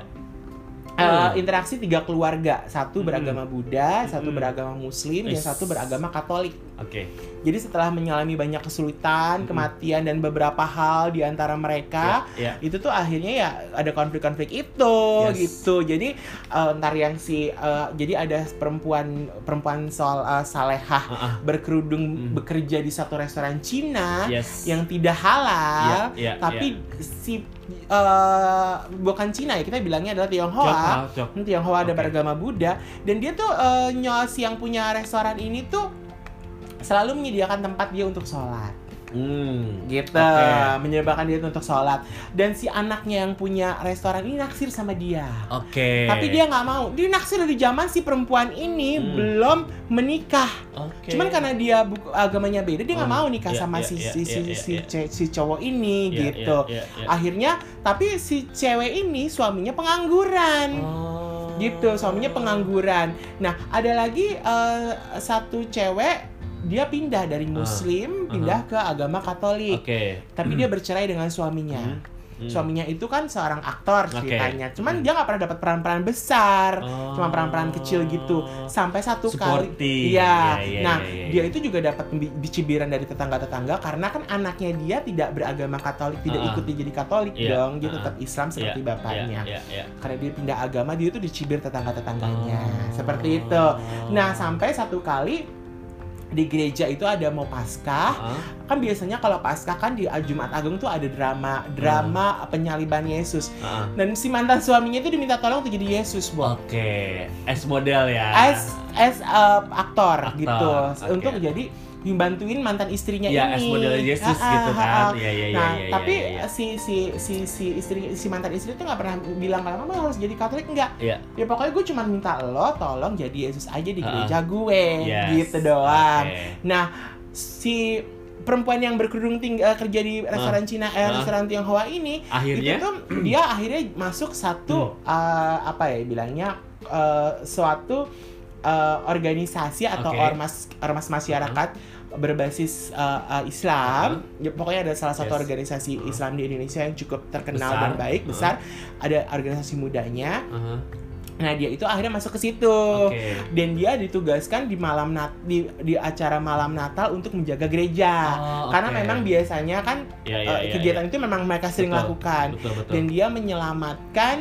Speaker 2: eh,
Speaker 3: Hmm.
Speaker 2: interaksi tiga keluarga, satu
Speaker 3: Hmm.
Speaker 2: beragama Buddha, satu
Speaker 3: Hmm.
Speaker 2: beragama Muslim, dan
Speaker 3: Is.
Speaker 2: satu beragama Katolik.
Speaker 3: Oke.
Speaker 2: Jadi setelah mengalami banyak kesulitan,
Speaker 3: Hmm.
Speaker 2: kematian, dan beberapa hal di antara mereka,
Speaker 3: Iya,
Speaker 2: itu tuh akhirnya ya ada konflik-konflik itu
Speaker 3: Yes.
Speaker 2: gitu jadi eh, ntar yang si eh, jadi ada perempuan perempuan soal eh, salehah
Speaker 3: Ah, ah.
Speaker 2: berkerudung
Speaker 3: Hmm.
Speaker 2: bekerja di satu restoran Cina
Speaker 3: Yes.
Speaker 2: yang tidak halal
Speaker 3: Iya, iya,
Speaker 2: tapi si eh, bukan Cina ya kita bilangnya adalah Tionghoa
Speaker 3: Cok, cok.
Speaker 2: Hmm, Tionghoa ada
Speaker 3: Oke.
Speaker 2: beragama Buddha dan dia tuh eh, nyos yang punya restoran ini tuh selalu menyediakan tempat dia untuk sholat
Speaker 3: Hmm.
Speaker 2: gitu
Speaker 3: Oke.
Speaker 2: menyebabkan dia untuk sholat dan si anaknya yang punya restoran ini naksir sama dia
Speaker 3: Oke.
Speaker 2: tapi dia nggak mau dia naksir dari zaman si perempuan ini
Speaker 3: Hmm.
Speaker 2: belum menikah
Speaker 3: Oke.
Speaker 2: cuman karena dia buku, agamanya beda dia nggak
Speaker 3: Hmm.
Speaker 2: mau nikah
Speaker 3: Iya,
Speaker 2: sama
Speaker 3: iya,
Speaker 2: si
Speaker 3: iya,
Speaker 2: si si,
Speaker 3: iya,
Speaker 2: si,
Speaker 3: iya.
Speaker 2: ce- si cowok ini
Speaker 3: Iya,
Speaker 2: gitu
Speaker 3: iya, iya, iya.
Speaker 2: akhirnya tapi si cewek ini suaminya pengangguran
Speaker 3: Oh.
Speaker 2: gitu suaminya pengangguran nah ada lagi eh, satu cewek dia pindah dari
Speaker 3: Ah,
Speaker 2: muslim
Speaker 3: aha.
Speaker 2: pindah ke agama katolik
Speaker 3: Oke.
Speaker 2: tapi dia bercerai dengan suaminya.
Speaker 3: Hmm, hmm.
Speaker 2: Suaminya itu kan seorang aktor
Speaker 3: Oke.
Speaker 2: ceritanya, cuman
Speaker 3: Hmm.
Speaker 2: dia nggak pernah dapat peran-peran besar,
Speaker 3: Oh.
Speaker 2: cuma peran-peran kecil gitu. Sampai satu
Speaker 3: Supporting.
Speaker 2: kali, iya.
Speaker 3: Iya, iya,
Speaker 2: nah
Speaker 3: iya, iya,
Speaker 2: dia
Speaker 3: iya.
Speaker 2: itu juga dapat pembi- cibiran dari tetangga-tetangga karena kan anaknya dia tidak beragama Katolik, tidak
Speaker 3: Ah.
Speaker 2: ikut dia jadi Katolik
Speaker 3: Iya,
Speaker 2: dong, dia
Speaker 3: ah.
Speaker 2: tetap Islam seperti
Speaker 3: Iya,
Speaker 2: bapaknya.
Speaker 3: Iya, iya, iya.
Speaker 2: Karena dia pindah agama, dia itu dicibir tetangga-tetangganya,
Speaker 3: Oh.
Speaker 2: seperti itu. Nah sampai satu kali di gereja itu ada mau paskah
Speaker 3: Heeh.
Speaker 2: kan biasanya kalau paskah kan di Jumat Agung tuh ada drama drama
Speaker 3: Hmm.
Speaker 2: penyaliban Yesus
Speaker 3: Heeh.
Speaker 2: dan si mantan suaminya itu diminta tolong untuk jadi Yesus buat
Speaker 3: Ah. Oke, S model ya.
Speaker 2: as as uh, aktor,
Speaker 3: Aktor,
Speaker 2: gitu
Speaker 3: oke.
Speaker 2: untuk jadi bantuin mantan istrinya
Speaker 3: ya
Speaker 2: ini
Speaker 3: S model Yesus
Speaker 2: Ah, ah,
Speaker 3: gitu
Speaker 2: ah, ah.
Speaker 3: kan. Iya iya iya.
Speaker 2: Nah,
Speaker 3: iya,
Speaker 2: tapi
Speaker 3: iya, iya.
Speaker 2: si si si si istri si mantan istri tuh nggak pernah bilang kalau kamu harus jadi Katolik enggak.
Speaker 3: Iya.
Speaker 2: Ya pokoknya gue cuma minta lo tolong jadi Yesus aja di
Speaker 3: Ah.
Speaker 2: gereja gue,
Speaker 3: Yes,
Speaker 2: gitu doang.
Speaker 3: oke.
Speaker 2: Nah, si perempuan yang berkerudung ting- eh, kerja di restoran Cina, eh,
Speaker 3: Ah.
Speaker 2: restoran Tionghoa ini, itu
Speaker 3: Akhirnya Hmm.
Speaker 2: tuh dia akhirnya masuk satu eh, apa ya bilangnya eh, suatu eh, organisasi atau
Speaker 3: Oke. Hmm.
Speaker 2: ormas ormas masyarakat berbasis eh, eh, Islam. Ya, pokoknya ada salah satu
Speaker 3: Yes.
Speaker 2: organisasi
Speaker 3: Uh-huh.
Speaker 2: Islam di Indonesia yang cukup terkenal
Speaker 3: Besar.
Speaker 2: dan baik
Speaker 3: Uh-huh.
Speaker 2: besar. Ada organisasi mudanya.
Speaker 3: Aha,
Speaker 2: Nah dia itu akhirnya masuk ke situ.
Speaker 3: Oke.
Speaker 2: Dan dia ditugaskan di malam nat di, di acara malam Natal untuk menjaga gereja. Nah,
Speaker 3: Oh,
Speaker 2: Karena
Speaker 3: oke.
Speaker 2: memang biasanya kan
Speaker 3: Iya,
Speaker 2: eh,
Speaker 3: iya, iya,
Speaker 2: kegiatan itu memang mereka
Speaker 3: iya.
Speaker 2: sering
Speaker 3: Betul,
Speaker 2: lakukan
Speaker 3: Betul betul.
Speaker 2: dan dia menyelamatkan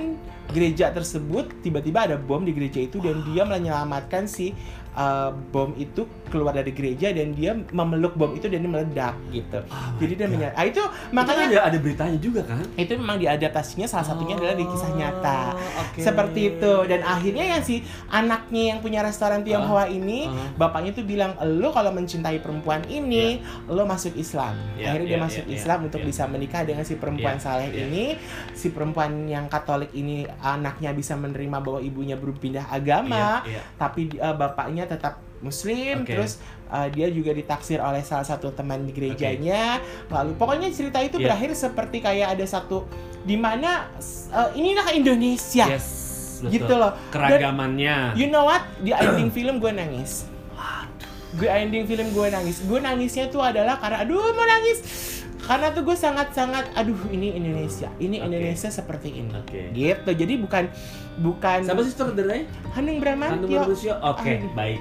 Speaker 2: gereja tersebut tiba-tiba ada bom di gereja itu dan dia menyelamatkan si uh, bom itu keluar dari gereja dan dia memeluk bom itu dan dia meledak gitu
Speaker 3: Oh my
Speaker 2: jadi dia
Speaker 3: God.
Speaker 2: menyel- ah, itu
Speaker 3: Makanya
Speaker 2: makanya
Speaker 3: kan ada, ada beritanya juga kan?
Speaker 2: itu memang diadaptasinya salah satunya adalah di kisah nyata
Speaker 3: Oh, oke.
Speaker 2: seperti itu dan akhirnya yang si anaknya yang punya restoran Tionghoa ini
Speaker 3: Aha.
Speaker 2: bapaknya tuh bilang lo kalau mencintai perempuan ini lo masuk Islam
Speaker 3: Iya,
Speaker 2: akhirnya dia
Speaker 3: iya,
Speaker 2: masuk
Speaker 3: iya,
Speaker 2: Islam
Speaker 3: iya,
Speaker 2: untuk
Speaker 3: iya.
Speaker 2: bisa menikah dengan si perempuan
Speaker 3: Iya,
Speaker 2: saleh
Speaker 3: iya.
Speaker 2: ini si perempuan yang Katolik ini anaknya bisa menerima bahwa ibunya berpindah agama
Speaker 3: Iya, iya.
Speaker 2: tapi eh, bapaknya tetap Muslim
Speaker 3: Oke.
Speaker 2: terus eh, dia juga ditaksir oleh salah satu teman di gerejanya lalu pokoknya cerita itu
Speaker 3: Iya.
Speaker 2: berakhir seperti kayak ada satu di mana eh, inilah Indonesia
Speaker 3: Yes. Betul.
Speaker 2: Ya, gitu loh
Speaker 3: Keragamannya.
Speaker 2: You know what? Di ending film gue nangis. Gue ending film gue nangis. Gue nangisnya tuh adalah karena aduh mau nangis. Karena tuh gue sangat-sangat aduh ini Indonesia. Ini
Speaker 3: Oke.
Speaker 2: Indonesia seperti ini.
Speaker 3: Oke.
Speaker 2: Gitu. Jadi bukan bukan
Speaker 3: Siapa sih sutradaranya?
Speaker 2: Hanung
Speaker 3: Hanum
Speaker 2: Bramantyo.
Speaker 3: Manusio. Oke,
Speaker 2: Aduh.
Speaker 3: baik.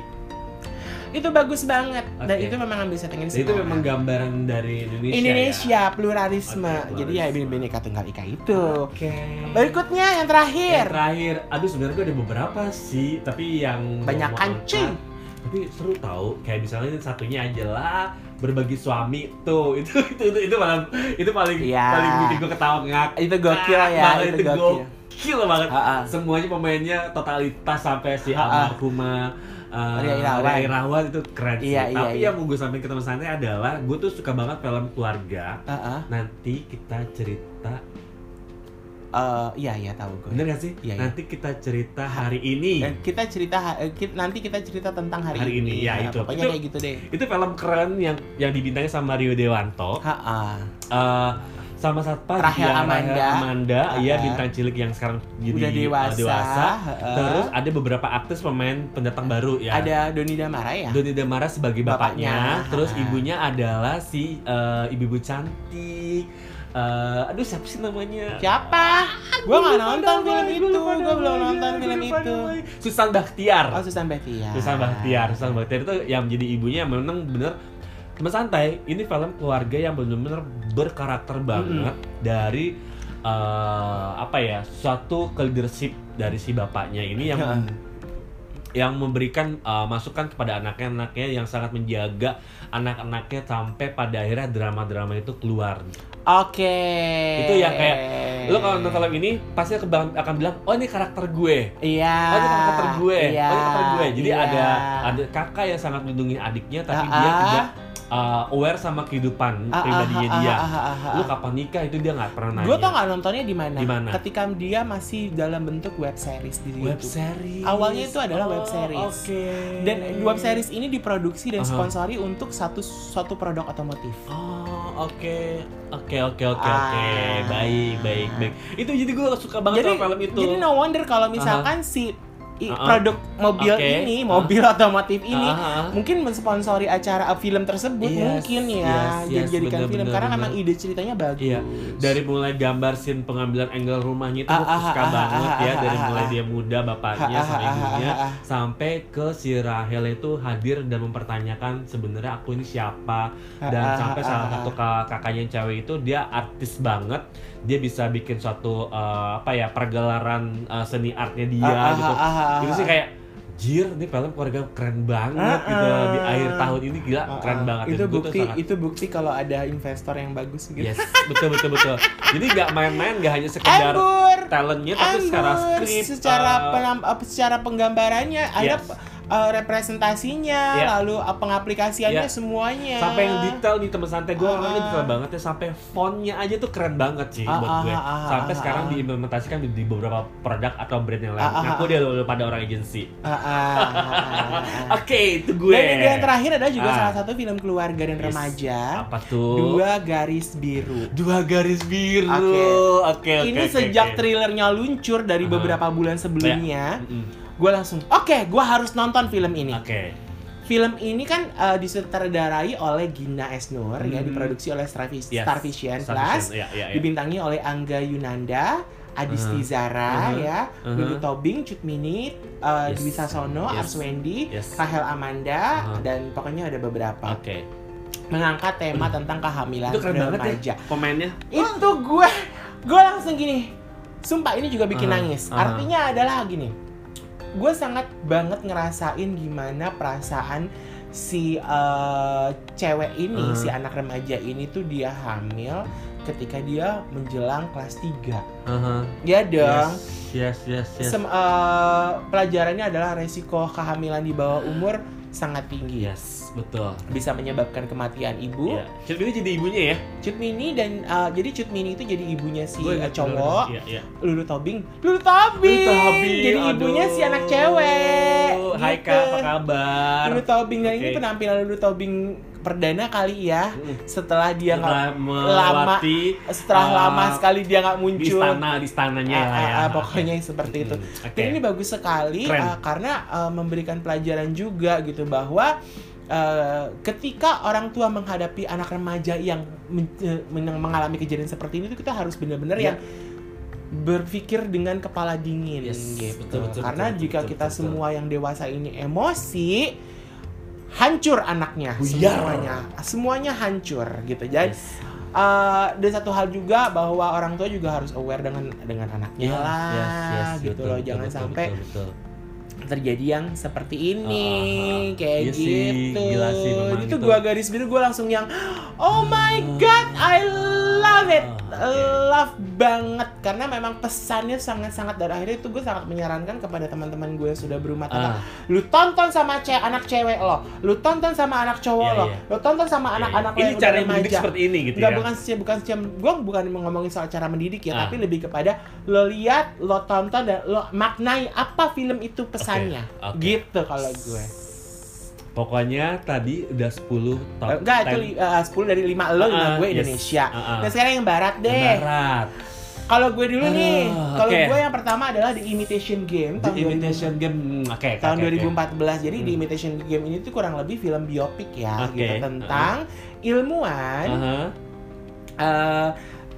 Speaker 2: Itu bagus banget. Dan
Speaker 3: Oke.
Speaker 2: itu memang ambil setengah
Speaker 3: Jadi itu memang gambaran dari Indonesia. Ya?
Speaker 2: Indonesia pluralisme.
Speaker 3: Oke,
Speaker 2: Jadi ya
Speaker 3: pluralisme.
Speaker 2: Bineka Tunggal Ika itu.
Speaker 3: Oke.
Speaker 2: Berikutnya yang terakhir.
Speaker 3: Yang terakhir, aduh sebenarnya gue ada beberapa sih, tapi yang gua
Speaker 2: Banyak
Speaker 3: mau
Speaker 2: kancing.
Speaker 3: angkat, Tapi seru tau, kayak misalnya satunya aja lah berbagi suami tuh *laughs* itu itu itu, itu malah itu paling
Speaker 2: Iya.
Speaker 3: paling bikin gue ketawa ngakak
Speaker 2: Itu gokil ya,
Speaker 3: banget,
Speaker 2: itu
Speaker 3: itu
Speaker 2: gokil.
Speaker 3: gokil, banget
Speaker 2: Ah, ah.
Speaker 3: semuanya pemainnya totalitas sampai si
Speaker 2: Ah, ah.
Speaker 3: almarhumah eh,
Speaker 2: Ria Irawan.
Speaker 3: Ria Irawan itu keren sih
Speaker 2: Iya, iya,
Speaker 3: tapi
Speaker 2: iya.
Speaker 3: yang mau gue sampaikan ke teman santai adalah gue tuh suka banget film keluarga
Speaker 2: Heeh.
Speaker 3: nanti kita cerita
Speaker 2: Eh, iya iya tahu gue.
Speaker 3: bener gak sih
Speaker 2: Iya, iya.
Speaker 3: nanti kita cerita hari ini
Speaker 2: Dan kita cerita ha- eh, ki- nanti kita cerita tentang hari,
Speaker 3: Hari ini, ya, itu.
Speaker 2: Pokoknya
Speaker 3: Itu-
Speaker 2: kayak gitu deh.
Speaker 3: itu film keren yang yang dibintangi sama Rio Dewanto
Speaker 2: Ha-ha.
Speaker 3: Eh, sama Satpa
Speaker 2: Rahel
Speaker 3: juga,
Speaker 2: Amanda.
Speaker 3: Rahel Amanda
Speaker 2: Ah.
Speaker 3: iya bintang cilik yang sekarang jadi
Speaker 2: Udah
Speaker 3: eh,
Speaker 2: dewasa.
Speaker 3: dewasa.
Speaker 2: ha-ha.
Speaker 3: terus ada beberapa aktris pemain pendatang baru ya
Speaker 2: ada Doni Damara ya.
Speaker 3: Doni Damara sebagai bapaknya,
Speaker 2: Bapaknya.
Speaker 3: terus
Speaker 2: Ah.
Speaker 3: ibunya adalah si eh, ibu-ibu cantik Eh, aduh siapa sih namanya
Speaker 2: Siapa? Gue nggak nonton film itu. Gue belum nonton film itu.
Speaker 3: Susan Bakhtiar.
Speaker 2: Oh Susan Bethia.
Speaker 3: Susan Bakhtiar. Susan Bakhtiar itu yang menjadi ibunya memang bener teman santai. Ini film keluarga yang bener-bener berkarakter banget dari eh, apa ya suatu leadership dari si bapaknya ini yang
Speaker 2: Ya.
Speaker 3: yang memberikan eh, masukan kepada anak-anaknya yang sangat menjaga anak-anaknya sampai pada akhirnya drama-drama itu keluar
Speaker 2: Oke.
Speaker 3: Itu yang kayak, lo kalau nonton film ini pasti akan akan bilang oh ini karakter gue
Speaker 2: Iya.
Speaker 3: oh ini karakter gue
Speaker 2: Iya.
Speaker 3: oh ini karakter gue jadi
Speaker 2: iya.
Speaker 3: ada ada kakak yang sangat melindungi adiknya
Speaker 2: Ah,
Speaker 3: tapi dia
Speaker 2: ah.
Speaker 3: tidak uh, aware sama
Speaker 2: Ah,
Speaker 3: kehidupan
Speaker 2: ah,
Speaker 3: pribadinya
Speaker 2: ah,
Speaker 3: dia
Speaker 2: ah, ah, ah, ah.
Speaker 3: lu kapan nikah itu dia nggak pernah nanya
Speaker 2: Gue tau nggak nontonnya di mana?
Speaker 3: Di mana?
Speaker 2: Ketika dia masih dalam bentuk web series di
Speaker 3: web
Speaker 2: YouTube. gitu.
Speaker 3: series
Speaker 2: Awalnya itu adalah web
Speaker 3: Oh,
Speaker 2: series.
Speaker 3: oke.
Speaker 2: Dan web series ini diproduksi dan
Speaker 3: Hmm. Aha.
Speaker 2: sponsori untuk satu suatu produk otomotif.
Speaker 3: Oh oke oke oke oke oke
Speaker 2: Ah.
Speaker 3: baik baik baik itu jadi gue suka banget
Speaker 2: Jadi-
Speaker 3: sama film itu
Speaker 2: Jadi no wonder kalau misalkan si i-
Speaker 3: Aha.
Speaker 2: produk mobil
Speaker 3: Oke.
Speaker 2: ini,
Speaker 3: Aha.
Speaker 2: mobil otomotif ini
Speaker 3: Ah, ah.
Speaker 2: mungkin mensponsori acara uh, film tersebut
Speaker 3: Yes,
Speaker 2: mungkin ya
Speaker 3: yes,
Speaker 2: jadi
Speaker 3: yes,
Speaker 2: jadikan
Speaker 3: bener,
Speaker 2: film
Speaker 3: bener,
Speaker 2: karena
Speaker 3: bener.
Speaker 2: memang ide ceritanya bagus.
Speaker 3: Iya, dari mulai gambar scene pengambilan angle rumahnya itu
Speaker 2: Ah,
Speaker 3: gue
Speaker 2: ah, ah,
Speaker 3: suka
Speaker 2: ah,
Speaker 3: banget
Speaker 2: ah,
Speaker 3: ya
Speaker 2: ah,
Speaker 3: dari
Speaker 2: ah,
Speaker 3: mulai
Speaker 2: ah.
Speaker 3: dia muda bapaknya
Speaker 2: Ah, ah,
Speaker 3: sama
Speaker 2: ah,
Speaker 3: ibunya
Speaker 2: ah, ah, ah.
Speaker 3: sampai ke si Rahel itu hadir dan mempertanyakan sebenarnya aku ini siapa dan
Speaker 2: Ah, ah,
Speaker 3: sampai
Speaker 2: ah,
Speaker 3: salah
Speaker 2: ah,
Speaker 3: satu ka- kakaknya yang cewek itu dia artis banget dia bisa bikin suatu eh, apa ya pergelaran eh, seni artnya dia
Speaker 2: Ah, ah,
Speaker 3: gitu
Speaker 2: ah, ah, ah,
Speaker 3: itu sih
Speaker 2: ah.
Speaker 3: kayak anjir ini film keluarga keren banget
Speaker 2: Ah,
Speaker 3: gitu
Speaker 2: ah.
Speaker 3: di akhir tahun ini gila
Speaker 2: Uh-uh.
Speaker 3: keren banget Dan
Speaker 2: Itu
Speaker 3: gua tuh
Speaker 2: bukti
Speaker 3: sangat-
Speaker 2: itu bukti kalau ada investor yang bagus gitu.
Speaker 3: yes betul betul betul jadi nggak main-main nggak hanya sekedar
Speaker 2: Embur,
Speaker 3: talentnya Ya, tapi secara
Speaker 2: embur,
Speaker 3: skrip
Speaker 2: secara
Speaker 3: eh,
Speaker 2: penam- eh, secara penggambarannya, ada
Speaker 3: Yes.
Speaker 2: eh, representasinya,
Speaker 3: Iya.
Speaker 2: lalu eh, pengaplikasiannya
Speaker 3: Iya.
Speaker 2: semuanya.
Speaker 3: sampai yang detail nih teman santai gue orangnya
Speaker 2: Eh. Ah.
Speaker 3: detail banget ya sampai fontnya aja tuh keren banget sih
Speaker 2: Ah,
Speaker 3: buat
Speaker 2: ah,
Speaker 3: gue
Speaker 2: ah, ah,
Speaker 3: sampai
Speaker 2: ah,
Speaker 3: sekarang
Speaker 2: ah.
Speaker 3: diimplementasikan di, di beberapa produk atau brand yang lain
Speaker 2: Ah, ah,
Speaker 3: ngaku dia loh pada orang agensi
Speaker 2: Ah, ah, ah, ah, ah.
Speaker 3: oke itu gue
Speaker 2: Dan yang terakhir adalah juga
Speaker 3: Ah.
Speaker 2: salah satu film keluarga dan
Speaker 3: Yes.
Speaker 2: remaja,
Speaker 3: apa tuh
Speaker 2: dua garis biru.
Speaker 3: Dua garis biru
Speaker 2: Oke.
Speaker 3: oke oke
Speaker 2: Ini
Speaker 3: oke,
Speaker 2: sejak
Speaker 3: oke. Ah. Ya. Hmm.
Speaker 2: trailernya luncur dari
Speaker 3: Aha.
Speaker 2: beberapa bulan sebelumnya,
Speaker 3: Mm-mm.
Speaker 2: gue langsung, oke, gue harus nonton film ini.
Speaker 3: oke
Speaker 2: Film ini kan eh, disutradarai oleh Gina Esnur ya,
Speaker 3: Hmm.
Speaker 2: diproduksi oleh Starfish,
Speaker 3: Yes.
Speaker 2: Starvision
Speaker 3: Sufficient,
Speaker 2: Plus,
Speaker 3: ya, ya, ya.
Speaker 2: dibintangi oleh Angga Yunanda, Adisti
Speaker 3: Uh-huh.
Speaker 2: Zara
Speaker 3: Uh-huh.
Speaker 2: ya,
Speaker 3: Uh-huh.
Speaker 2: Lulu Tobing, Cut Mini, eh,
Speaker 3: Yes.
Speaker 2: Dwi Sasono,
Speaker 3: Yes.
Speaker 2: Arswendi,
Speaker 3: Yes.
Speaker 2: Rahel Amanda,
Speaker 3: Uh-huh.
Speaker 2: dan pokoknya ada beberapa
Speaker 3: Oke,
Speaker 2: mengangkat tema tentang kehamilan
Speaker 3: itu keren banget ya
Speaker 2: remaja.
Speaker 3: pemainnya.
Speaker 2: Itu gue, gue langsung gini, sumpah ini juga bikin
Speaker 3: Uh-huh.
Speaker 2: nangis.
Speaker 3: Uh-huh.
Speaker 2: Artinya adalah gini, gue sangat banget ngerasain gimana perasaan si eh, cewek ini,
Speaker 3: Uh-huh.
Speaker 2: si anak remaja ini tuh dia hamil ketika dia menjelang kelas 3
Speaker 3: Aha.
Speaker 2: Ya dong.
Speaker 3: Uh-huh. Yes, yes, yes. yes.
Speaker 2: Sem- eh, pelajarannya adalah resiko kehamilan di bawah umur sangat tinggi.
Speaker 3: Yes, betul.
Speaker 2: Bisa menyebabkan kematian ibu.
Speaker 3: Iya. Cut ini jadi ibunya ya?
Speaker 2: Cut Mini dan eh, jadi Cut Mini itu jadi ibunya si
Speaker 3: Gua
Speaker 2: eh,
Speaker 3: ingat dulu.
Speaker 2: cowok,
Speaker 3: Iya, iya.
Speaker 2: Lulu Tobing, Lulu Tobing,
Speaker 3: Lulu Tobing,
Speaker 2: jadi ibunya
Speaker 3: aduh.
Speaker 2: si anak cewek.
Speaker 3: Hai
Speaker 2: Gitu.
Speaker 3: kak, apa kabar?
Speaker 2: Lulu Tobing dan ini
Speaker 3: Oke.
Speaker 2: penampilan Lulu Tobing perdana kali ya
Speaker 3: Mm.
Speaker 2: setelah dia nggak
Speaker 3: Setelah melewati
Speaker 2: setelah
Speaker 3: Ah,
Speaker 2: lama sekali dia nggak
Speaker 3: di
Speaker 2: muncul.
Speaker 3: istana, di istananya
Speaker 2: Ah,
Speaker 3: lah
Speaker 2: ah,
Speaker 3: ya.
Speaker 2: ah, pokoknya seperti itu.
Speaker 3: Mm, Oke.
Speaker 2: Dan ini bagus sekali
Speaker 3: Keren.
Speaker 2: uh, karena uh, memberikan pelajaran juga gitu bahwa uh, ketika orang tua menghadapi anak remaja yang men- eh, men- yang mengalami kejadian seperti ini tuh kita harus benar-benar
Speaker 3: Ya.
Speaker 2: yang berpikir dengan kepala dingin
Speaker 3: Yes,
Speaker 2: gitu.
Speaker 3: betul, betul,
Speaker 2: karena
Speaker 3: betul,
Speaker 2: jika
Speaker 3: betul,
Speaker 2: kita
Speaker 3: betul,
Speaker 2: semua yang dewasa ini emosi hancur anaknya
Speaker 3: Buyar.
Speaker 2: semuanya semuanya hancur gitu jadi
Speaker 3: Yes.
Speaker 2: eh dan satu hal juga bahwa orang tua juga harus aware dengan dengan anaknya lah
Speaker 3: Yes, yes,
Speaker 2: gitu
Speaker 3: betul,
Speaker 2: loh
Speaker 3: betul,
Speaker 2: jangan
Speaker 3: betul,
Speaker 2: sampai
Speaker 3: betul, betul.
Speaker 2: terjadi yang seperti ini
Speaker 3: Ah, ah, ah.
Speaker 2: kayak
Speaker 3: Iya
Speaker 2: gitu
Speaker 3: sih, gila sih memang
Speaker 2: itu
Speaker 3: itu. Hmm.
Speaker 2: gua garis biru gua langsung yang oh my god I love it
Speaker 3: Ah, oke.
Speaker 2: love banget karena memang pesannya sangat-sangat dan akhirnya itu gue sangat menyarankan kepada teman-teman gue yang sudah berumah tangga
Speaker 3: Ah.
Speaker 2: lu tonton sama ce anak cewek lo lu tonton sama anak cowok
Speaker 3: Iya,
Speaker 2: lo
Speaker 3: iya.
Speaker 2: lu tonton sama
Speaker 3: Iya,
Speaker 2: anak-anak lo
Speaker 3: iya. Ini
Speaker 2: yang udah
Speaker 3: cara mendidik
Speaker 2: remaja.
Speaker 3: seperti ini gitu
Speaker 2: Nggak,
Speaker 3: ya.
Speaker 2: bukan sih, bukan sih. Gue bukan ngomongin soal cara mendidik ya,
Speaker 3: Ah.
Speaker 2: tapi lebih kepada lo lihat, lo tonton dan lo maknai apa film itu pesannya.
Speaker 3: oke.
Speaker 2: Gitu kalau gue.
Speaker 3: Pokoknya tadi udah 10 top
Speaker 2: Enggak, itu li-
Speaker 3: 10
Speaker 2: eh, 10 dari 5 lo, 5
Speaker 3: Ah,
Speaker 2: gue
Speaker 3: yes.
Speaker 2: Indonesia.
Speaker 3: Ah, ah.
Speaker 2: Nah sekarang yang barat deh.
Speaker 3: Barat.
Speaker 2: Kalau gue dulu
Speaker 3: Aduh,
Speaker 2: nih, kalau
Speaker 3: oke.
Speaker 2: gue yang pertama adalah The Imitation Game
Speaker 3: The
Speaker 2: tahun 2000
Speaker 3: Imitation Game. Hmm, Oke, oke,
Speaker 2: tahun
Speaker 3: oke, oke.
Speaker 2: 2014. Jadi The
Speaker 3: Hmm.
Speaker 2: Imitation Game ini tuh kurang lebih film biopik ya,
Speaker 3: Oke. Ah.
Speaker 2: gitu tentang ilmuwan,
Speaker 3: Aha, Ah.
Speaker 2: eh,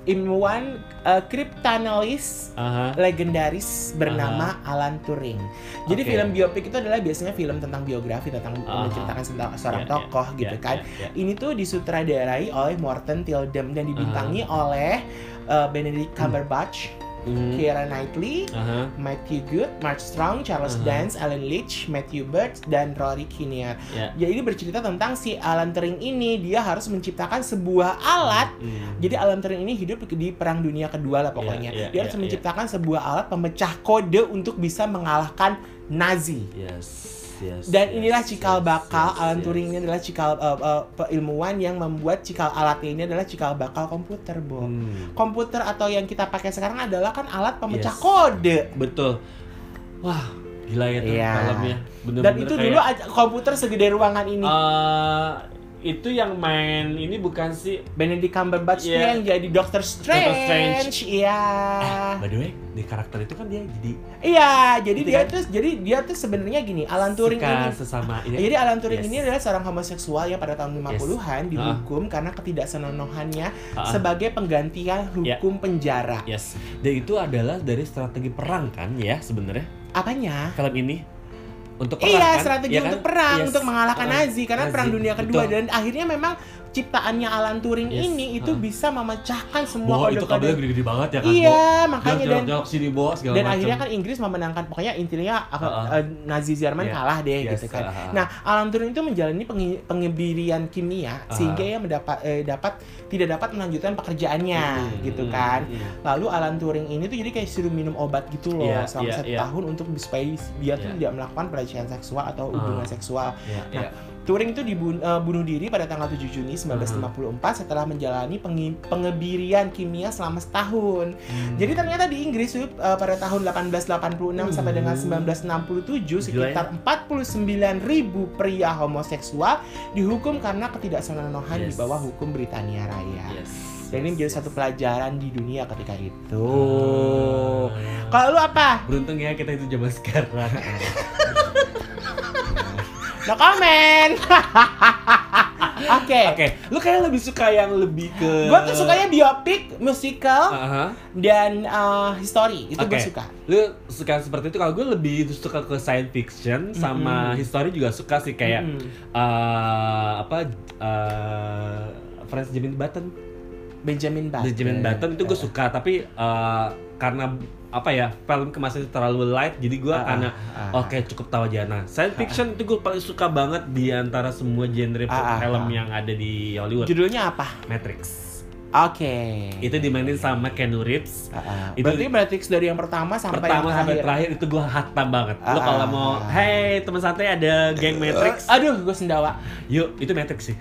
Speaker 2: ilmuwan eh, kriptanalis
Speaker 3: aha.
Speaker 2: legendaris bernama Alan Turing. Jadi
Speaker 3: Oke.
Speaker 2: film biopik itu adalah biasanya film tentang biografi tentang
Speaker 3: Aha.
Speaker 2: menceritakan tentang seorang
Speaker 3: Ya, ya,
Speaker 2: tokoh gitu
Speaker 3: ya,
Speaker 2: kan.
Speaker 3: ya, ya.
Speaker 2: Ini tuh disutradarai oleh Morten Tildem dan dibintangi oleh uh, Benedict Cumberbatch,
Speaker 3: Hmm, uh-huh,
Speaker 2: Keira Knightley,
Speaker 3: aha.
Speaker 2: Matthew Good, Mark Strong, Charles
Speaker 3: Aha.
Speaker 2: Dance, Alan Leach, Matthew Bird, dan Rory Kinnear.
Speaker 3: Ya.
Speaker 2: Jadi ini bercerita tentang si Alan Turing ini dia harus menciptakan sebuah alat
Speaker 3: Hmm.
Speaker 2: jadi alam Turing ini hidup di perang dunia kedua lah pokoknya.
Speaker 3: Iya, iya,
Speaker 2: Dia harus
Speaker 3: iya,
Speaker 2: menciptakan sebuah alat pemecah kode untuk bisa mengalahkan Nazi.
Speaker 3: Yes, yes.
Speaker 2: Dan inilah
Speaker 3: yes,
Speaker 2: cikal
Speaker 3: yes,
Speaker 2: bakal
Speaker 3: yes,
Speaker 2: Alan
Speaker 3: yes.
Speaker 2: Turing ini adalah cikal eh, eh, ilmuwan yang membuat cikal alatnya ini adalah cikal bakal komputer, Bo.
Speaker 3: Hmm,
Speaker 2: Komputer atau yang kita pakai sekarang adalah kan alat pemecah
Speaker 3: Yes.
Speaker 2: kode.
Speaker 3: Betul. Wah, gila ya tuh
Speaker 2: Iya.
Speaker 3: filmnya. Bener-bener
Speaker 2: Dan itu
Speaker 3: kayak,
Speaker 2: dulu ada- komputer segede ruangan ini.
Speaker 3: eh, itu yang main ini bukan sih
Speaker 2: Benedict Cumberbatch tuh yang
Speaker 3: Iya.
Speaker 2: jadi Doctor Strange.
Speaker 3: Strange.
Speaker 2: Iya.
Speaker 3: By the way, di karakter itu kan dia jadi
Speaker 2: Iya, jadi
Speaker 3: Gitu
Speaker 2: dia
Speaker 3: kan?
Speaker 2: tuh jadi dia tuh sebenarnya gini, Alan Turing
Speaker 3: suka
Speaker 2: ini
Speaker 3: sesama ini.
Speaker 2: Jadi Alan Turing
Speaker 3: Ya, Yes.
Speaker 2: ini adalah seorang homoseksual yang pada tahun 50-an dihukum karena ketidaksenonohannya
Speaker 3: Ah, Ya. ah.
Speaker 2: sebagai penggantian hukum penjara.
Speaker 3: Yes. Dan itu adalah dari strategi perang kan ya sebenarnya
Speaker 2: Apanya?
Speaker 3: film ini untuk perang
Speaker 2: Iya,
Speaker 3: kan?
Speaker 2: strategi
Speaker 3: Iya kan?
Speaker 2: untuk perang,
Speaker 3: Yes.
Speaker 2: untuk mengalahkan
Speaker 3: Uh-uh.
Speaker 2: Nazi karena
Speaker 3: Nazi,
Speaker 2: perang dunia kedua
Speaker 3: betul.
Speaker 2: dan akhirnya memang ciptaannya Alan Turing
Speaker 3: Yes.
Speaker 2: ini itu
Speaker 3: Ha.
Speaker 2: bisa memecahkan semua
Speaker 3: Bahwa itu
Speaker 2: kode-kode.
Speaker 3: kabelnya gede-gede banget ya kan, Bu?
Speaker 2: Iya, makanya dan
Speaker 3: Jorok-jorok sini bos, segala
Speaker 2: dan
Speaker 3: macam.
Speaker 2: akhirnya kan Inggris memenangkan pokoknya intinya uh,
Speaker 3: Ha-ha.
Speaker 2: uh, Nazi Jerman
Speaker 3: Iya.
Speaker 2: kalah deh
Speaker 3: Yes,
Speaker 2: gitu kan.
Speaker 3: ha-ha.
Speaker 2: Nah, Alan Turing itu menjalani pengi- pengebirian kimia
Speaker 3: Ah.
Speaker 2: sehingga ia mendapat eh, dapat tidak dapat melanjutkan pekerjaannya
Speaker 3: Hmm,
Speaker 2: gitu
Speaker 3: hmm,
Speaker 2: kan.
Speaker 3: hmm.
Speaker 2: Lalu Alan Turing ini tuh jadi kayak suruh minum obat gitu loh
Speaker 3: Iya,
Speaker 2: selama
Speaker 3: iya,
Speaker 2: satu
Speaker 3: iya.
Speaker 2: tahun untuk supaya dia tuh
Speaker 3: Iya.
Speaker 2: tidak melakukan pelecehan seksual atau hubungan
Speaker 3: Ah.
Speaker 2: seksual.
Speaker 3: Iya,
Speaker 2: Nah,
Speaker 3: iya.
Speaker 2: Turing tuh dibunuh bunuh diri pada tanggal 7
Speaker 3: Hmm.
Speaker 2: Juni 1954 setelah menjalani pengi- pengebirian kimia selama setahun.
Speaker 3: Hmm.
Speaker 2: Jadi ternyata di Inggris Sup, eh, pada tahun 1886 sampai
Speaker 3: Hmm.
Speaker 2: dengan 1967
Speaker 3: Gila ya.
Speaker 2: sekitar 49.000 pria homoseksual dihukum karena ketidaksenanohan di
Speaker 3: Yes.
Speaker 2: bawah hukum Britania ya, Raya.
Speaker 3: Yes,
Speaker 2: Dan ini
Speaker 3: yes,
Speaker 2: menjadi
Speaker 3: yes.
Speaker 2: satu pelajaran di dunia ketika itu.
Speaker 3: Ah.
Speaker 2: Kalau lu apa?
Speaker 3: Beruntung ya kita itu zaman
Speaker 2: *laughs*
Speaker 3: sekarang.
Speaker 2: No comment. *laughs* Oke.
Speaker 3: Oke, lu kayak lebih suka yang lebih ke
Speaker 2: Gue tuh sukanya biopik, musical,
Speaker 3: Aha.
Speaker 2: dan eh, history. Itu gue
Speaker 3: Oke.
Speaker 2: suka.
Speaker 3: Lu suka seperti itu kalau gue lebih suka ke science fiction sama
Speaker 2: Mm-mm.
Speaker 3: history juga suka sih kayak
Speaker 2: Mm-mm.
Speaker 3: eh, apa eh Franz Benjamin Button.
Speaker 2: Benjamin Button.
Speaker 3: Benjamin Button itu gue
Speaker 2: Eh.
Speaker 3: suka tapi eh, karena apa ya film kemasan itu terlalu light jadi gue
Speaker 2: Ah,
Speaker 3: karena
Speaker 2: ah, ah.
Speaker 3: oke cukup tahu aja nah science fiction itu gue paling suka banget di antara semua genre
Speaker 2: Ah, ah, ah.
Speaker 3: film yang ada di Hollywood
Speaker 2: Judulnya apa?
Speaker 3: Matrix
Speaker 2: Oke.
Speaker 3: itu dimainin sama Keanu Reeves
Speaker 2: Ah, ah.
Speaker 3: Itu-
Speaker 2: Berarti Matrix dari yang pertama sampai
Speaker 3: pertama
Speaker 2: yang
Speaker 3: sampai
Speaker 2: terakhir.
Speaker 3: terakhir itu gue hatam banget lo
Speaker 2: Ah,
Speaker 3: kalau
Speaker 2: ah,
Speaker 3: mau
Speaker 2: ah.
Speaker 3: hey teman santai ada geng
Speaker 2: *laughs*
Speaker 3: Matrix
Speaker 2: Aduh, gue sendawa.
Speaker 3: *laughs* yuk itu Matrix sih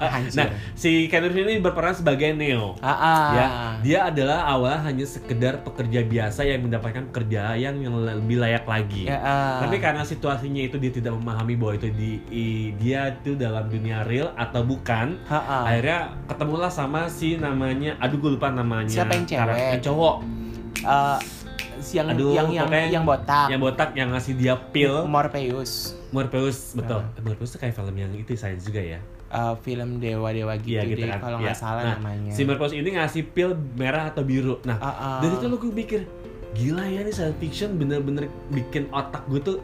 Speaker 2: Hancur.
Speaker 3: nah si Keanu Reeves ini berperan sebagai Neo
Speaker 2: Ah, ah.
Speaker 3: ya dia adalah awal hanya sekedar pekerja biasa yang mendapatkan pekerjaan yang lebih layak lagi
Speaker 2: Ya, ah.
Speaker 3: tapi karena situasinya itu dia tidak memahami bahwa itu di, i- dia itu dalam dunia real atau bukan
Speaker 2: Ah, ah.
Speaker 3: akhirnya ketemulah sama si namanya aduh gue lupa namanya
Speaker 2: Siapa yang cewek?
Speaker 3: karakter- yang cowok
Speaker 2: Eh, yang
Speaker 3: Aduh,
Speaker 2: yang yang
Speaker 3: pokoknya
Speaker 2: yang botak.
Speaker 3: yang botak yang ngasih dia pil
Speaker 2: Morpheus.
Speaker 3: Morpheus betul
Speaker 2: Ah.
Speaker 3: Morpheus itu kayak film yang itu science juga ya
Speaker 2: Eh, film dewa-dewa gitu,
Speaker 3: Iya, gitu
Speaker 2: deh
Speaker 3: kan.
Speaker 2: kalau nggak
Speaker 3: Iya.
Speaker 2: salah
Speaker 3: Nah,
Speaker 2: namanya.
Speaker 3: si Morpheus ini ngasih pil merah atau biru nah
Speaker 2: Ah, ah.
Speaker 3: dari itu lo gue mikir gila ya nih science fiction bener-bener bikin otak gue tuh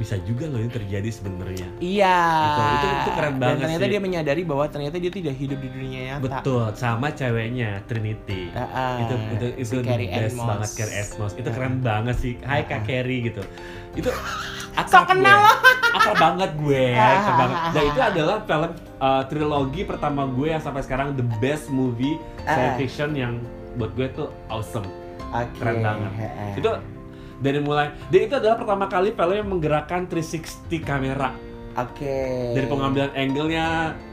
Speaker 3: bisa juga loh ini terjadi sebenarnya
Speaker 2: Iya.
Speaker 3: Itu- itu- itu keren
Speaker 2: Dan
Speaker 3: banget
Speaker 2: ternyata
Speaker 3: sih.
Speaker 2: dia menyadari bahwa ternyata dia tidak hidup di dunia nyata.
Speaker 3: betul sama ceweknya Trinity
Speaker 2: Ah, ah.
Speaker 3: itu itu itu
Speaker 2: Si
Speaker 3: the
Speaker 2: Carrie Ann
Speaker 3: best
Speaker 2: Moss.
Speaker 3: banget Carrie Ann Moss. itu
Speaker 2: Ah.
Speaker 3: keren banget sih Hai Kak
Speaker 2: Ah.
Speaker 3: Carrie gitu itu
Speaker 2: Sok kenal
Speaker 3: gue. akrab banget gue
Speaker 2: Ah.
Speaker 3: akrab banget dan itu adalah film uh, trilogi pertama gue yang sampai sekarang the best movie science
Speaker 2: Ah.
Speaker 3: fiction yang buat gue tuh awesome
Speaker 2: Oke.
Speaker 3: keren banget.
Speaker 2: Ah, ah.
Speaker 3: itu dari mulai dan itu adalah pertama kali film yang menggerakkan 360 kamera
Speaker 2: Oke.
Speaker 3: dari pengambilan angle-nya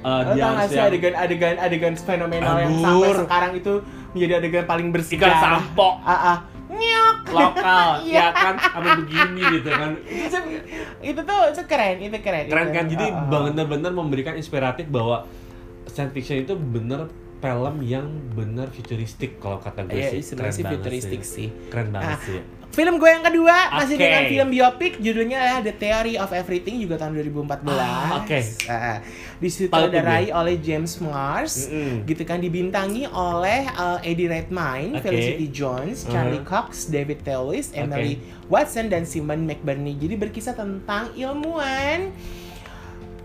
Speaker 3: uh,
Speaker 2: Oh. Lo
Speaker 3: dia
Speaker 2: tau gak
Speaker 3: harus
Speaker 2: sih
Speaker 3: yang
Speaker 2: adegan adegan adegan fenomenal yang
Speaker 3: Anggur.
Speaker 2: sampai sekarang itu menjadi adegan paling
Speaker 3: ikan
Speaker 2: bersejarah.
Speaker 3: sampo
Speaker 2: Ah ah. Nyok.
Speaker 3: lokal
Speaker 2: *laughs* Iya.
Speaker 3: ya kan sama begini gitu kan
Speaker 2: Itu, itu tuh itu keren, itu keren.
Speaker 3: keren
Speaker 2: itu.
Speaker 3: kan jadi
Speaker 2: Ah, ah.
Speaker 3: bener-bener memberikan inspiratif bahwa science fiction itu bener film yang bener futuristik kalau kata gue
Speaker 2: Iya,
Speaker 3: sih
Speaker 2: sebenarnya sih
Speaker 3: banget
Speaker 2: futuristik sih.
Speaker 3: sih. keren banget
Speaker 2: Ah.
Speaker 3: sih
Speaker 2: Film gue yang kedua masih
Speaker 3: Oke.
Speaker 2: dengan film biopik judulnya adalah The Theory of Everything juga tahun 2014.
Speaker 3: Ah, oke.
Speaker 2: Ah, ah.
Speaker 3: Tahu
Speaker 2: disutradarai oleh James Mars.
Speaker 3: Mm-mm.
Speaker 2: gitu kan dibintangi oleh uh, Eddie Redmayne,
Speaker 3: Oke. Uh-huh.
Speaker 2: Felicity Jones, Charlie Cox, David Thewlis, Emily Watson dan Simon McBurney. Jadi berkisah tentang ilmuwan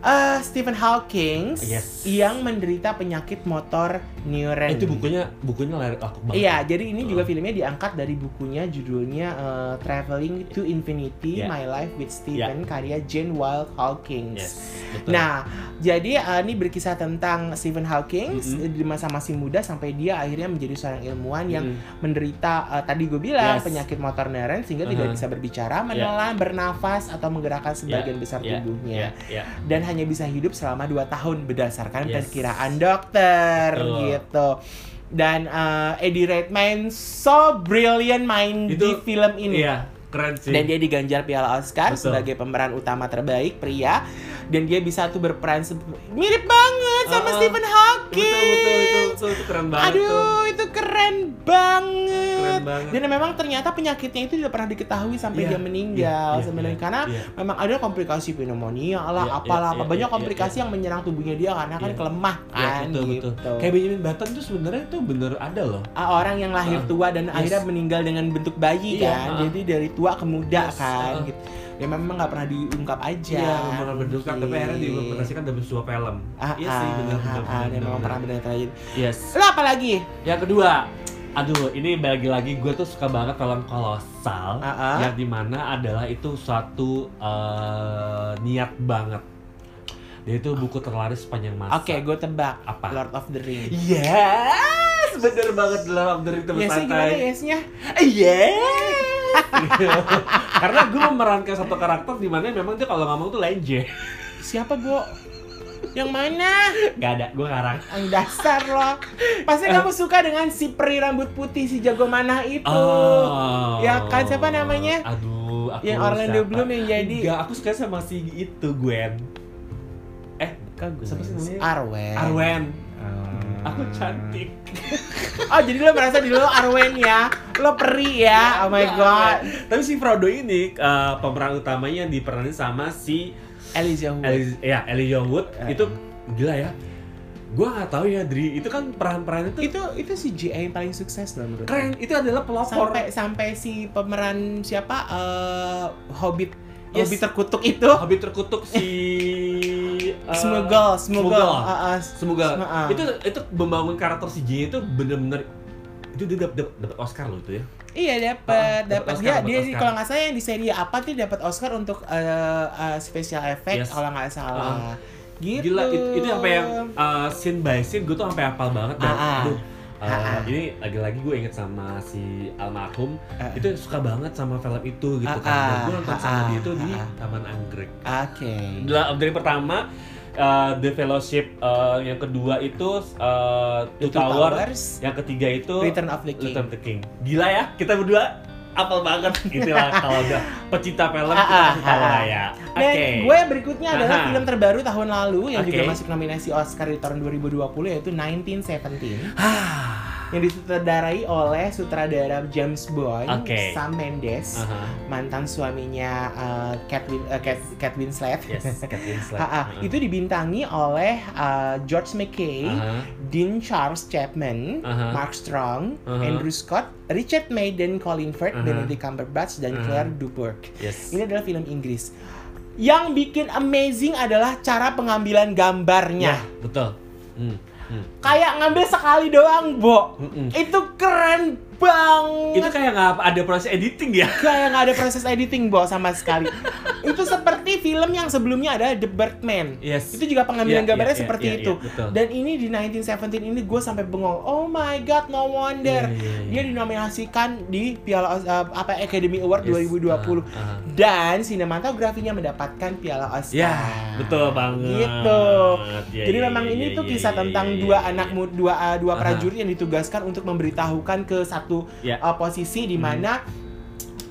Speaker 2: uh, Stephen Hawking
Speaker 3: Yes.
Speaker 2: yang menderita penyakit motor
Speaker 3: Eh,
Speaker 2: neuron.
Speaker 3: itu bukunya bukunya laku banget Oh.
Speaker 2: Iya, jadi ini juga
Speaker 3: Heeh.
Speaker 2: filmnya diangkat dari bukunya judulnya uh, Traveling to Infinity:
Speaker 3: Ya.
Speaker 2: My Life with Stephen karya Jane Wilde Hawkins.
Speaker 3: yes betul
Speaker 2: Nah, jadi eh, ini berkisah tentang Stephen Hawking
Speaker 3: Mhm.
Speaker 2: eh, di masa masih muda sampai dia akhirnya menjadi seorang ilmuwan yang
Speaker 3: Mm.
Speaker 2: menderita eh, tadi gue bilang
Speaker 3: Yes.
Speaker 2: penyakit motor neuron sehingga tidak
Speaker 3: Uh-huh.
Speaker 2: bisa berbicara, menelan, bernafas atau menggerakkan sebagian besar
Speaker 3: ya,
Speaker 2: tubuhnya
Speaker 3: ya, ya.
Speaker 2: dan hanya bisa hidup selama 2 tahun berdasarkan
Speaker 3: Yes.
Speaker 2: perkiraan dokter
Speaker 3: Betul.
Speaker 2: gitu. Dan eh, Eddie Redmayne so brilliant main di
Speaker 3: Itu-
Speaker 2: film ini.
Speaker 3: Iya, keren sih
Speaker 2: Dan dia diganjar Piala Oscar
Speaker 3: Betul.
Speaker 2: sebagai pemeran utama terbaik pria dan dia bisa tuh berperan se- mirip banget sama
Speaker 3: Uh-uh.
Speaker 2: Stephen
Speaker 3: betul
Speaker 2: Hawking.
Speaker 3: betul betul, betul, itu keren banget
Speaker 2: Aduh,
Speaker 3: tuh
Speaker 2: itu keren banget.
Speaker 3: keren banget
Speaker 2: Dan memang ternyata penyakitnya itu tidak pernah diketahui sampai
Speaker 3: Iya,
Speaker 2: dia meninggal
Speaker 3: iya,
Speaker 2: sebenarnya
Speaker 3: iya,
Speaker 2: karena
Speaker 3: iya.
Speaker 2: memang ada komplikasi pneumonia lah,
Speaker 3: Iya,
Speaker 2: apalah,
Speaker 3: iya,
Speaker 2: apa
Speaker 3: iya,
Speaker 2: banyak
Speaker 3: iya,
Speaker 2: komplikasi yang menyerang tubuhnya dia karena kan
Speaker 3: Iya.
Speaker 2: kelemah
Speaker 3: Ya,
Speaker 2: kan
Speaker 3: betul,
Speaker 2: gitu.
Speaker 3: betul. Kayak Benjamin Button tuh sebenarnya tuh bener ada loh.
Speaker 2: Ah, orang yang lahir
Speaker 3: Ah,
Speaker 2: tua dan
Speaker 3: yes.
Speaker 2: akhirnya meninggal dengan bentuk bayi kan
Speaker 3: Iya, ah.
Speaker 2: jadi dari tua ke muda
Speaker 3: Yes,
Speaker 2: kan
Speaker 3: ah.
Speaker 2: gitu ya memang nggak pernah diungkap aja
Speaker 3: Iya, memang berdua tapi akhirnya
Speaker 2: Mungkin.
Speaker 3: diimplementasikan dalam kan sebuah film.
Speaker 2: Ya ah,
Speaker 3: iya
Speaker 2: ah,
Speaker 3: sih, benar
Speaker 2: ah,
Speaker 3: benar
Speaker 2: ah,
Speaker 3: benar.
Speaker 2: memang
Speaker 3: benar.
Speaker 2: pernah benar terjadi
Speaker 3: Yes.
Speaker 2: lo apa lagi
Speaker 3: Yang kedua, aduh ini lagi lagi gue tuh suka banget film kolosal
Speaker 2: Ah, ah.
Speaker 3: yang dimana adalah itu suatu eh, niat banget. Dia itu buku terlaris sepanjang masa.
Speaker 2: oke gue tebak
Speaker 3: Apa? Iya,
Speaker 2: Lord of the Ring
Speaker 3: Yes, bener banget dalam dari teman
Speaker 2: Yesnya Iya gimana ya,
Speaker 3: santai. Eh, iya.
Speaker 2: yesnya?
Speaker 3: Yes. *laughs* Karena gue memerankan satu karakter di mana memang dia kalau ngomong tuh lenje. *laughs*
Speaker 2: Siapa gue? Yang mana?
Speaker 3: Gak ada, gue ngarang.
Speaker 2: Yang dasar loh. Pasti kamu suka dengan si peri rambut putih si jago manah itu. Ya kan, siapa namanya?
Speaker 3: Aduh, Oh, aku
Speaker 2: yang Orlando
Speaker 3: siapa?
Speaker 2: Bloom yang jadi
Speaker 3: Enggak, aku suka sama si itu Gwen. Eh, kan Gwen. Siapa sih namanya?
Speaker 2: Arwen. Ah.
Speaker 3: Arwen. Ah. Aku cantik.
Speaker 2: Oh, jadi lo merasa diri lo Arwen ya? Lo peri ya? Oh my god.
Speaker 3: Tapi si Frodo ini eh, pemeran utamanya yang diperanin sama si
Speaker 2: Elijah Wood.
Speaker 3: Eliz- ya Elijah Wood
Speaker 2: Eh.
Speaker 3: itu gila ya. Gua nggak tahu ya Dri, itu kan peran-peran itu
Speaker 2: Itu itu si GA yang paling sukses loh menurut
Speaker 3: keren.
Speaker 2: aku.
Speaker 3: Itu adalah pelopor.
Speaker 2: Sampai sampai si pemeran siapa eh, Hobbit
Speaker 3: Yes.
Speaker 2: Hobbit terkutuk itu
Speaker 3: Habis terkutuk si eh,
Speaker 2: Smuggle, Smuggle.
Speaker 3: Smuggle.
Speaker 2: Ah, ah,
Speaker 3: Semoga
Speaker 2: Sama, ah.
Speaker 3: itu itu membangun karakter si Jin itu bener-bener itu dia dapat dapat Oscar loh itu ya.
Speaker 2: Iya
Speaker 3: Ah,
Speaker 2: dapat dapat
Speaker 3: dapat
Speaker 2: dia
Speaker 3: Oscar,
Speaker 2: dia
Speaker 3: dapat Oscar.
Speaker 2: kalau nggak salah yang di seri apa tuh dapat Oscar untuk eh, eh, special effect
Speaker 3: Yes. Ah.
Speaker 2: kalau nggak salah. gitu.
Speaker 3: Gila itu, itu sampai yang uh, scene by scene gue tuh sampai hafal banget dan
Speaker 2: Ah, ah.
Speaker 3: aduh uh,
Speaker 2: Ah, ah.
Speaker 3: ini lagi-lagi gue inget sama si almarhum
Speaker 2: Ah, ah.
Speaker 3: itu suka banget sama film itu gitu
Speaker 2: Ah,
Speaker 3: kan dan
Speaker 2: ah.
Speaker 3: gue nonton
Speaker 2: Ah,
Speaker 3: sama
Speaker 2: ah.
Speaker 3: dia itu di
Speaker 2: Ah, ah.
Speaker 3: Taman Anggrek.
Speaker 2: Oke.
Speaker 3: Gila, dari pertama
Speaker 2: eh,
Speaker 3: uh, The Fellowship uh, yang kedua itu uh,
Speaker 2: The eh,
Speaker 3: Two
Speaker 2: Two
Speaker 3: Tower
Speaker 2: Towers,
Speaker 3: yang ketiga itu
Speaker 2: Return of the King.
Speaker 3: Return of the King. Gila ya, kita berdua apal
Speaker 2: *laughs*
Speaker 3: banget. Itulah kalau udah pecinta film
Speaker 2: Ah,
Speaker 3: kita
Speaker 2: ah,
Speaker 3: pasti tahu
Speaker 2: ah.
Speaker 3: lah ya. Oke.
Speaker 2: Dan gue berikutnya adalah
Speaker 3: Aha.
Speaker 2: film terbaru tahun lalu yang juga
Speaker 3: Oke.
Speaker 2: masuk nominasi Oscar di tahun 2020 yaitu 1917
Speaker 3: Ah.
Speaker 2: yang disutradarai oleh sutradara James Bond,
Speaker 3: Oke. Ah.
Speaker 2: Sam Mendes,
Speaker 3: Aha.
Speaker 2: mantan suaminya eh, Kate, Win- eh, Kate, Kate Winslet.
Speaker 3: Yes, Kate Winslet.
Speaker 2: Ha, *laughs* ah,
Speaker 3: Aha.
Speaker 2: itu dibintangi oleh eh, George McKay,
Speaker 3: Aha.
Speaker 2: Dean Charles Chapman,
Speaker 3: Ah. Aha.
Speaker 2: Mark Strong,
Speaker 3: Aha.
Speaker 2: Andrew Scott, Richard Madden, Colin Firth,
Speaker 3: Aha.
Speaker 2: Benedict Cumberbatch, dan
Speaker 3: Aha.
Speaker 2: Claire Dubourg.
Speaker 3: Yes.
Speaker 2: Ini adalah film Inggris. Yang bikin amazing adalah cara pengambilan gambarnya.
Speaker 3: Ya, betul. Hmm. hmm,
Speaker 2: Kayak ngambil sekali doang, Bo.
Speaker 3: mm-mm.
Speaker 2: Itu keren
Speaker 3: Itu
Speaker 2: banget.
Speaker 3: kayak nggak ada proses editing ya?
Speaker 2: kayak nggak ada proses editing, Bo, sama sekali. *laughs* itu seperti film yang sebelumnya ada The Birdman.
Speaker 3: Yes.
Speaker 2: Itu juga pengambilan
Speaker 3: Iya,
Speaker 2: gambarnya
Speaker 3: iya,
Speaker 2: seperti
Speaker 3: iya, iya,
Speaker 2: itu.
Speaker 3: betul.
Speaker 2: Dan ini di 1917 ini gue sampai bengong. Oh my god, no wonder.
Speaker 3: Iya, iya,
Speaker 2: Dia
Speaker 3: iya.
Speaker 2: dinominasikan di Piala Os- eh, apa Academy Award
Speaker 3: Yes.
Speaker 2: 2020
Speaker 3: Ah, ah.
Speaker 2: dan sinematografinya mendapatkan Piala Oscar.
Speaker 3: Ya, betul banget.
Speaker 2: Gitu.
Speaker 3: Ya,
Speaker 2: Jadi
Speaker 3: ya,
Speaker 2: memang
Speaker 3: ya,
Speaker 2: ini
Speaker 3: ya,
Speaker 2: tuh
Speaker 3: ya,
Speaker 2: kisah
Speaker 3: ya,
Speaker 2: tentang
Speaker 3: ya,
Speaker 2: dua
Speaker 3: ya,
Speaker 2: anak
Speaker 3: ya.
Speaker 2: muda, dua uh, dua
Speaker 3: Aha.
Speaker 2: prajurit yang ditugaskan untuk memberitahukan ke satu
Speaker 3: Ya.
Speaker 2: uh, posisi di
Speaker 3: Hmm.
Speaker 2: mana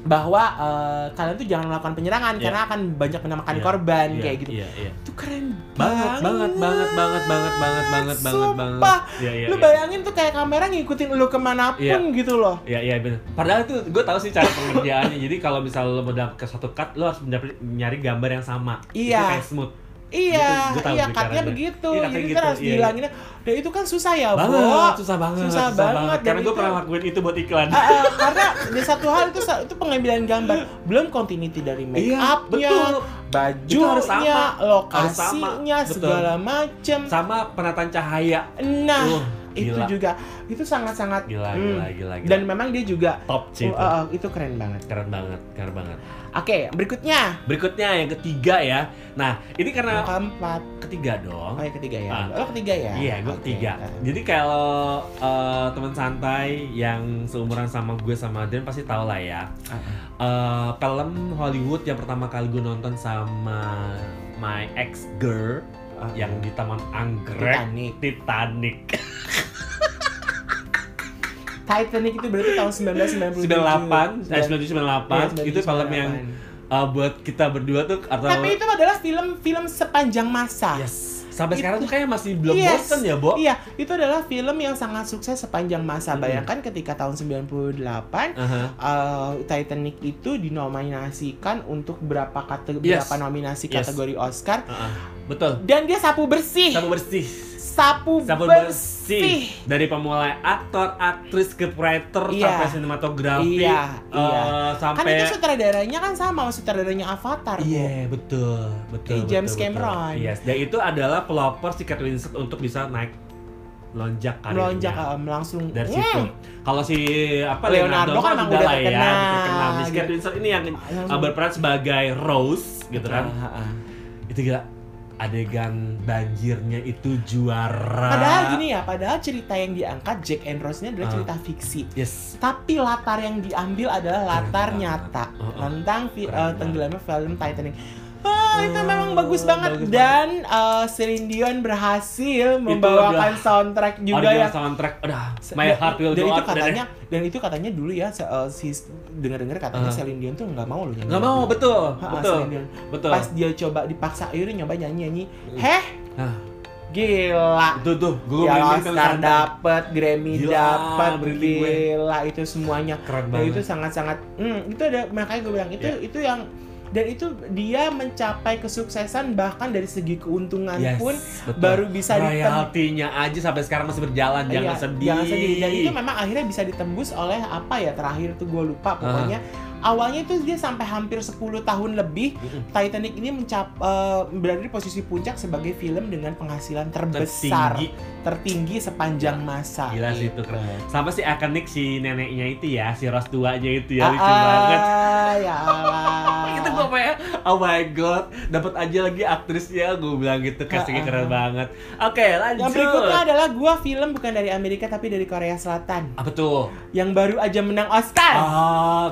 Speaker 2: bahwa uh, kalian tuh jangan melakukan penyerangan
Speaker 3: Ya.
Speaker 2: karena akan banyak menamakan
Speaker 3: Ya,
Speaker 2: korban
Speaker 3: Iya,
Speaker 2: kayak gitu.
Speaker 3: Iya, iya.
Speaker 2: Itu keren
Speaker 3: banget banget banget banget banget banget banget banget
Speaker 2: Sumpah.
Speaker 3: banget ya ya
Speaker 2: lu
Speaker 3: ya.
Speaker 2: bayangin tuh kayak kamera ngikutin lu kemanapun
Speaker 3: Iya.
Speaker 2: gitu loh.
Speaker 3: ya ya benar padahal itu gue tahu sih cara pengerjaannya jadi kalau misalnya lo mau dapet ke satu cut lo harus mendapet nyari gambar yang sama
Speaker 2: Iya.
Speaker 3: itu kayak smooth
Speaker 2: Iya,
Speaker 3: Gitu, gua tahu
Speaker 2: iya
Speaker 3: sih
Speaker 2: katanya
Speaker 3: caranya.
Speaker 2: begitu.
Speaker 3: Iya,
Speaker 2: Jadi
Speaker 3: katanya
Speaker 2: kan
Speaker 3: gitu,
Speaker 2: harus
Speaker 3: iya, iya.
Speaker 2: dihilanginnya. Dan itu kan susah ya, Bu.
Speaker 3: banget susah banget
Speaker 2: Susah banget, dan
Speaker 3: karena gue
Speaker 2: itu-
Speaker 3: pernah lakuin itu buat iklan
Speaker 2: Ah, ah, karena di satu hal itu itu pengambilan gambar belum continuity dari make
Speaker 3: Iya, betul
Speaker 2: upnya,
Speaker 3: Itu harus
Speaker 2: bajunya,
Speaker 3: sama. Harus sama,
Speaker 2: lokasinya,
Speaker 3: betul.
Speaker 2: segala macem.
Speaker 3: sama penataan cahaya
Speaker 2: Nah,
Speaker 3: Wah,
Speaker 2: itu
Speaker 3: uh, gila.
Speaker 2: juga itu sangat-sangat
Speaker 3: gila
Speaker 2: hmm.
Speaker 3: gila gila gila
Speaker 2: dan memang dia juga
Speaker 3: top sih itu
Speaker 2: oh, oh, itu keren banget.
Speaker 3: keren banget keren banget
Speaker 2: Oke, berikutnya
Speaker 3: berikutnya yang ketiga ya nah ini
Speaker 2: yang
Speaker 3: karena
Speaker 2: keempat,
Speaker 3: ketiga dong
Speaker 2: oh yang ketiga ya,
Speaker 3: Ah.
Speaker 2: oh ketiga ya.
Speaker 3: Iya, gue
Speaker 2: Oke.
Speaker 3: ketiga. Jadi kalau eh, teman santai yang seumuran sama gue sama Adrian pasti tau lah ya.
Speaker 2: Ah, ah.
Speaker 3: Eh, film Hollywood yang pertama kali gue nonton sama my ex girl
Speaker 2: Ah.
Speaker 3: yang di Taman Anggrek.
Speaker 2: Titanic.
Speaker 3: Titanic
Speaker 2: Titanic itu berarti tahun 1997.
Speaker 3: 98 eh,
Speaker 2: 98
Speaker 3: 1998 itu film yang eh, buat kita berdua tuh atau
Speaker 2: Tapi itu adalah film-film sepanjang masa.
Speaker 3: yes sampai
Speaker 2: Itu-
Speaker 3: sekarang tuh kayak masih belum
Speaker 2: Yes.
Speaker 3: bosen ya, Bo?
Speaker 2: Iya, itu adalah film yang sangat sukses sepanjang masa.
Speaker 3: Hmm.
Speaker 2: Bayangkan ketika tahun 98
Speaker 3: Aha.
Speaker 2: eh, Titanic itu dinominasikan untuk berapa kategori
Speaker 3: Yes.
Speaker 2: berapa nominasi
Speaker 3: Yes.
Speaker 2: kategori Oscar
Speaker 3: Aha. Betul.
Speaker 2: dan dia sapu bersih.
Speaker 3: Sama bersih.
Speaker 2: sapu,
Speaker 3: Sapu
Speaker 2: bersih.
Speaker 3: bersih dari pemulai aktor, aktris, ke writer
Speaker 2: Iya.
Speaker 3: sampai sinematografi,
Speaker 2: Iya,
Speaker 3: eh,
Speaker 2: iya. Kan
Speaker 3: sampai
Speaker 2: itu sutradaranya kan sama sama sutradaranya Avatar.
Speaker 3: Iya
Speaker 2: Bu.
Speaker 3: betul betul.
Speaker 2: Kayak James
Speaker 3: betul, betul.
Speaker 2: Cameron.
Speaker 3: Yes, dan itu adalah pelopor si Kate Winslet untuk bisa naik melonjak karirnya.
Speaker 2: Melonjak em, langsung.
Speaker 3: dari
Speaker 2: eh,
Speaker 3: situ. Kalau si apa
Speaker 2: Leonardo kan
Speaker 3: Leonardo, kan
Speaker 2: emang
Speaker 3: udah
Speaker 2: udah
Speaker 3: lah ya,
Speaker 2: terkenal,
Speaker 3: udah terkenal. Miss
Speaker 2: gitu.
Speaker 3: Kate Winslet ini yang
Speaker 2: langsung-
Speaker 3: uh, berperan sebagai Rose gitu kan.
Speaker 2: Ah, ah, ah.
Speaker 3: Itu gila adegan banjirnya itu juara.
Speaker 2: Padahal gini ya, padahal cerita yang diangkat Jack and Rose ini adalah
Speaker 3: Ah.
Speaker 2: cerita fiksi.
Speaker 3: Yes.
Speaker 2: Tapi latar yang diambil adalah latar
Speaker 3: Keren banget.
Speaker 2: nyata
Speaker 3: Oh, oh.
Speaker 2: tentang fi-
Speaker 3: Keren
Speaker 2: eh,
Speaker 3: banget.
Speaker 2: tenggelamnya film Titanic. Wah, itu
Speaker 3: Oh,
Speaker 2: memang bagus banget
Speaker 3: bagus
Speaker 2: dan eh, Celine Dion berhasil membawakan
Speaker 3: udah
Speaker 2: soundtrack juga
Speaker 3: Original
Speaker 2: yang
Speaker 3: soundtrack. Udah,
Speaker 2: Se-
Speaker 3: my
Speaker 2: dan-
Speaker 3: heart will
Speaker 2: dan
Speaker 3: go ya?
Speaker 2: itu
Speaker 3: on.
Speaker 2: katanya dan itu katanya dulu ya se- eh, si dengar-dengar katanya
Speaker 3: Ah.
Speaker 2: Celine Dion tuh nggak mau loh nyanyi.
Speaker 3: Gak mau, betul,
Speaker 2: Ha, ha,
Speaker 3: betul,
Speaker 2: Celine Dion.
Speaker 3: betul.
Speaker 2: Pas dia coba dipaksa Yuri nyoba nyanyi-nyanyi, heh
Speaker 3: Nah,
Speaker 2: gila.
Speaker 3: itu tuh, gue
Speaker 2: ya
Speaker 3: main-main kalau
Speaker 2: Oscar
Speaker 3: santai.
Speaker 2: dapet, Grammy
Speaker 3: Gila,
Speaker 2: dapet,
Speaker 3: merinding gue.
Speaker 2: gila itu semuanya.
Speaker 3: keren
Speaker 2: Dan
Speaker 3: banget.
Speaker 2: Nah,
Speaker 3: Ya.
Speaker 2: itu sangat-sangat, hmm, itu ada makanya gue bilang itu itu yang dan itu dia mencapai kesuksesan bahkan dari segi keuntungan pun
Speaker 3: betul.
Speaker 2: baru bisa ditem-
Speaker 3: royaltinya aja sampai sekarang masih berjalan
Speaker 2: Iya,
Speaker 3: jangan sedih
Speaker 2: jangan sedih. Dan itu memang akhirnya bisa ditembus oleh apa ya terakhir tuh gue lupa pokoknya. Awalnya itu dia sampai hampir 10 tahun lebih
Speaker 3: Mm-mm.
Speaker 2: Titanic ini mencap eh, berada di posisi puncak sebagai film dengan penghasilan terbesar
Speaker 3: tertinggi
Speaker 2: tertinggi sepanjang masa.
Speaker 3: Gila sih, itu keren.
Speaker 2: gitu.
Speaker 3: sama si ikonik si neneknya itu ya si ras tuanya itu ya
Speaker 2: Ah,
Speaker 3: lucu banget
Speaker 2: ah, ya Allah.
Speaker 3: *laughs* itu gue kayak oh my god dapat aja lagi aktrisnya gue bilang gitu
Speaker 2: Ah,
Speaker 3: castingnya
Speaker 2: ah,
Speaker 3: keren
Speaker 2: ah.
Speaker 3: banget oke lanjut
Speaker 2: Yang berikutnya adalah gua film bukan dari Amerika tapi dari Korea Selatan
Speaker 3: apa tuh Ah,
Speaker 2: yang baru aja menang Oscar.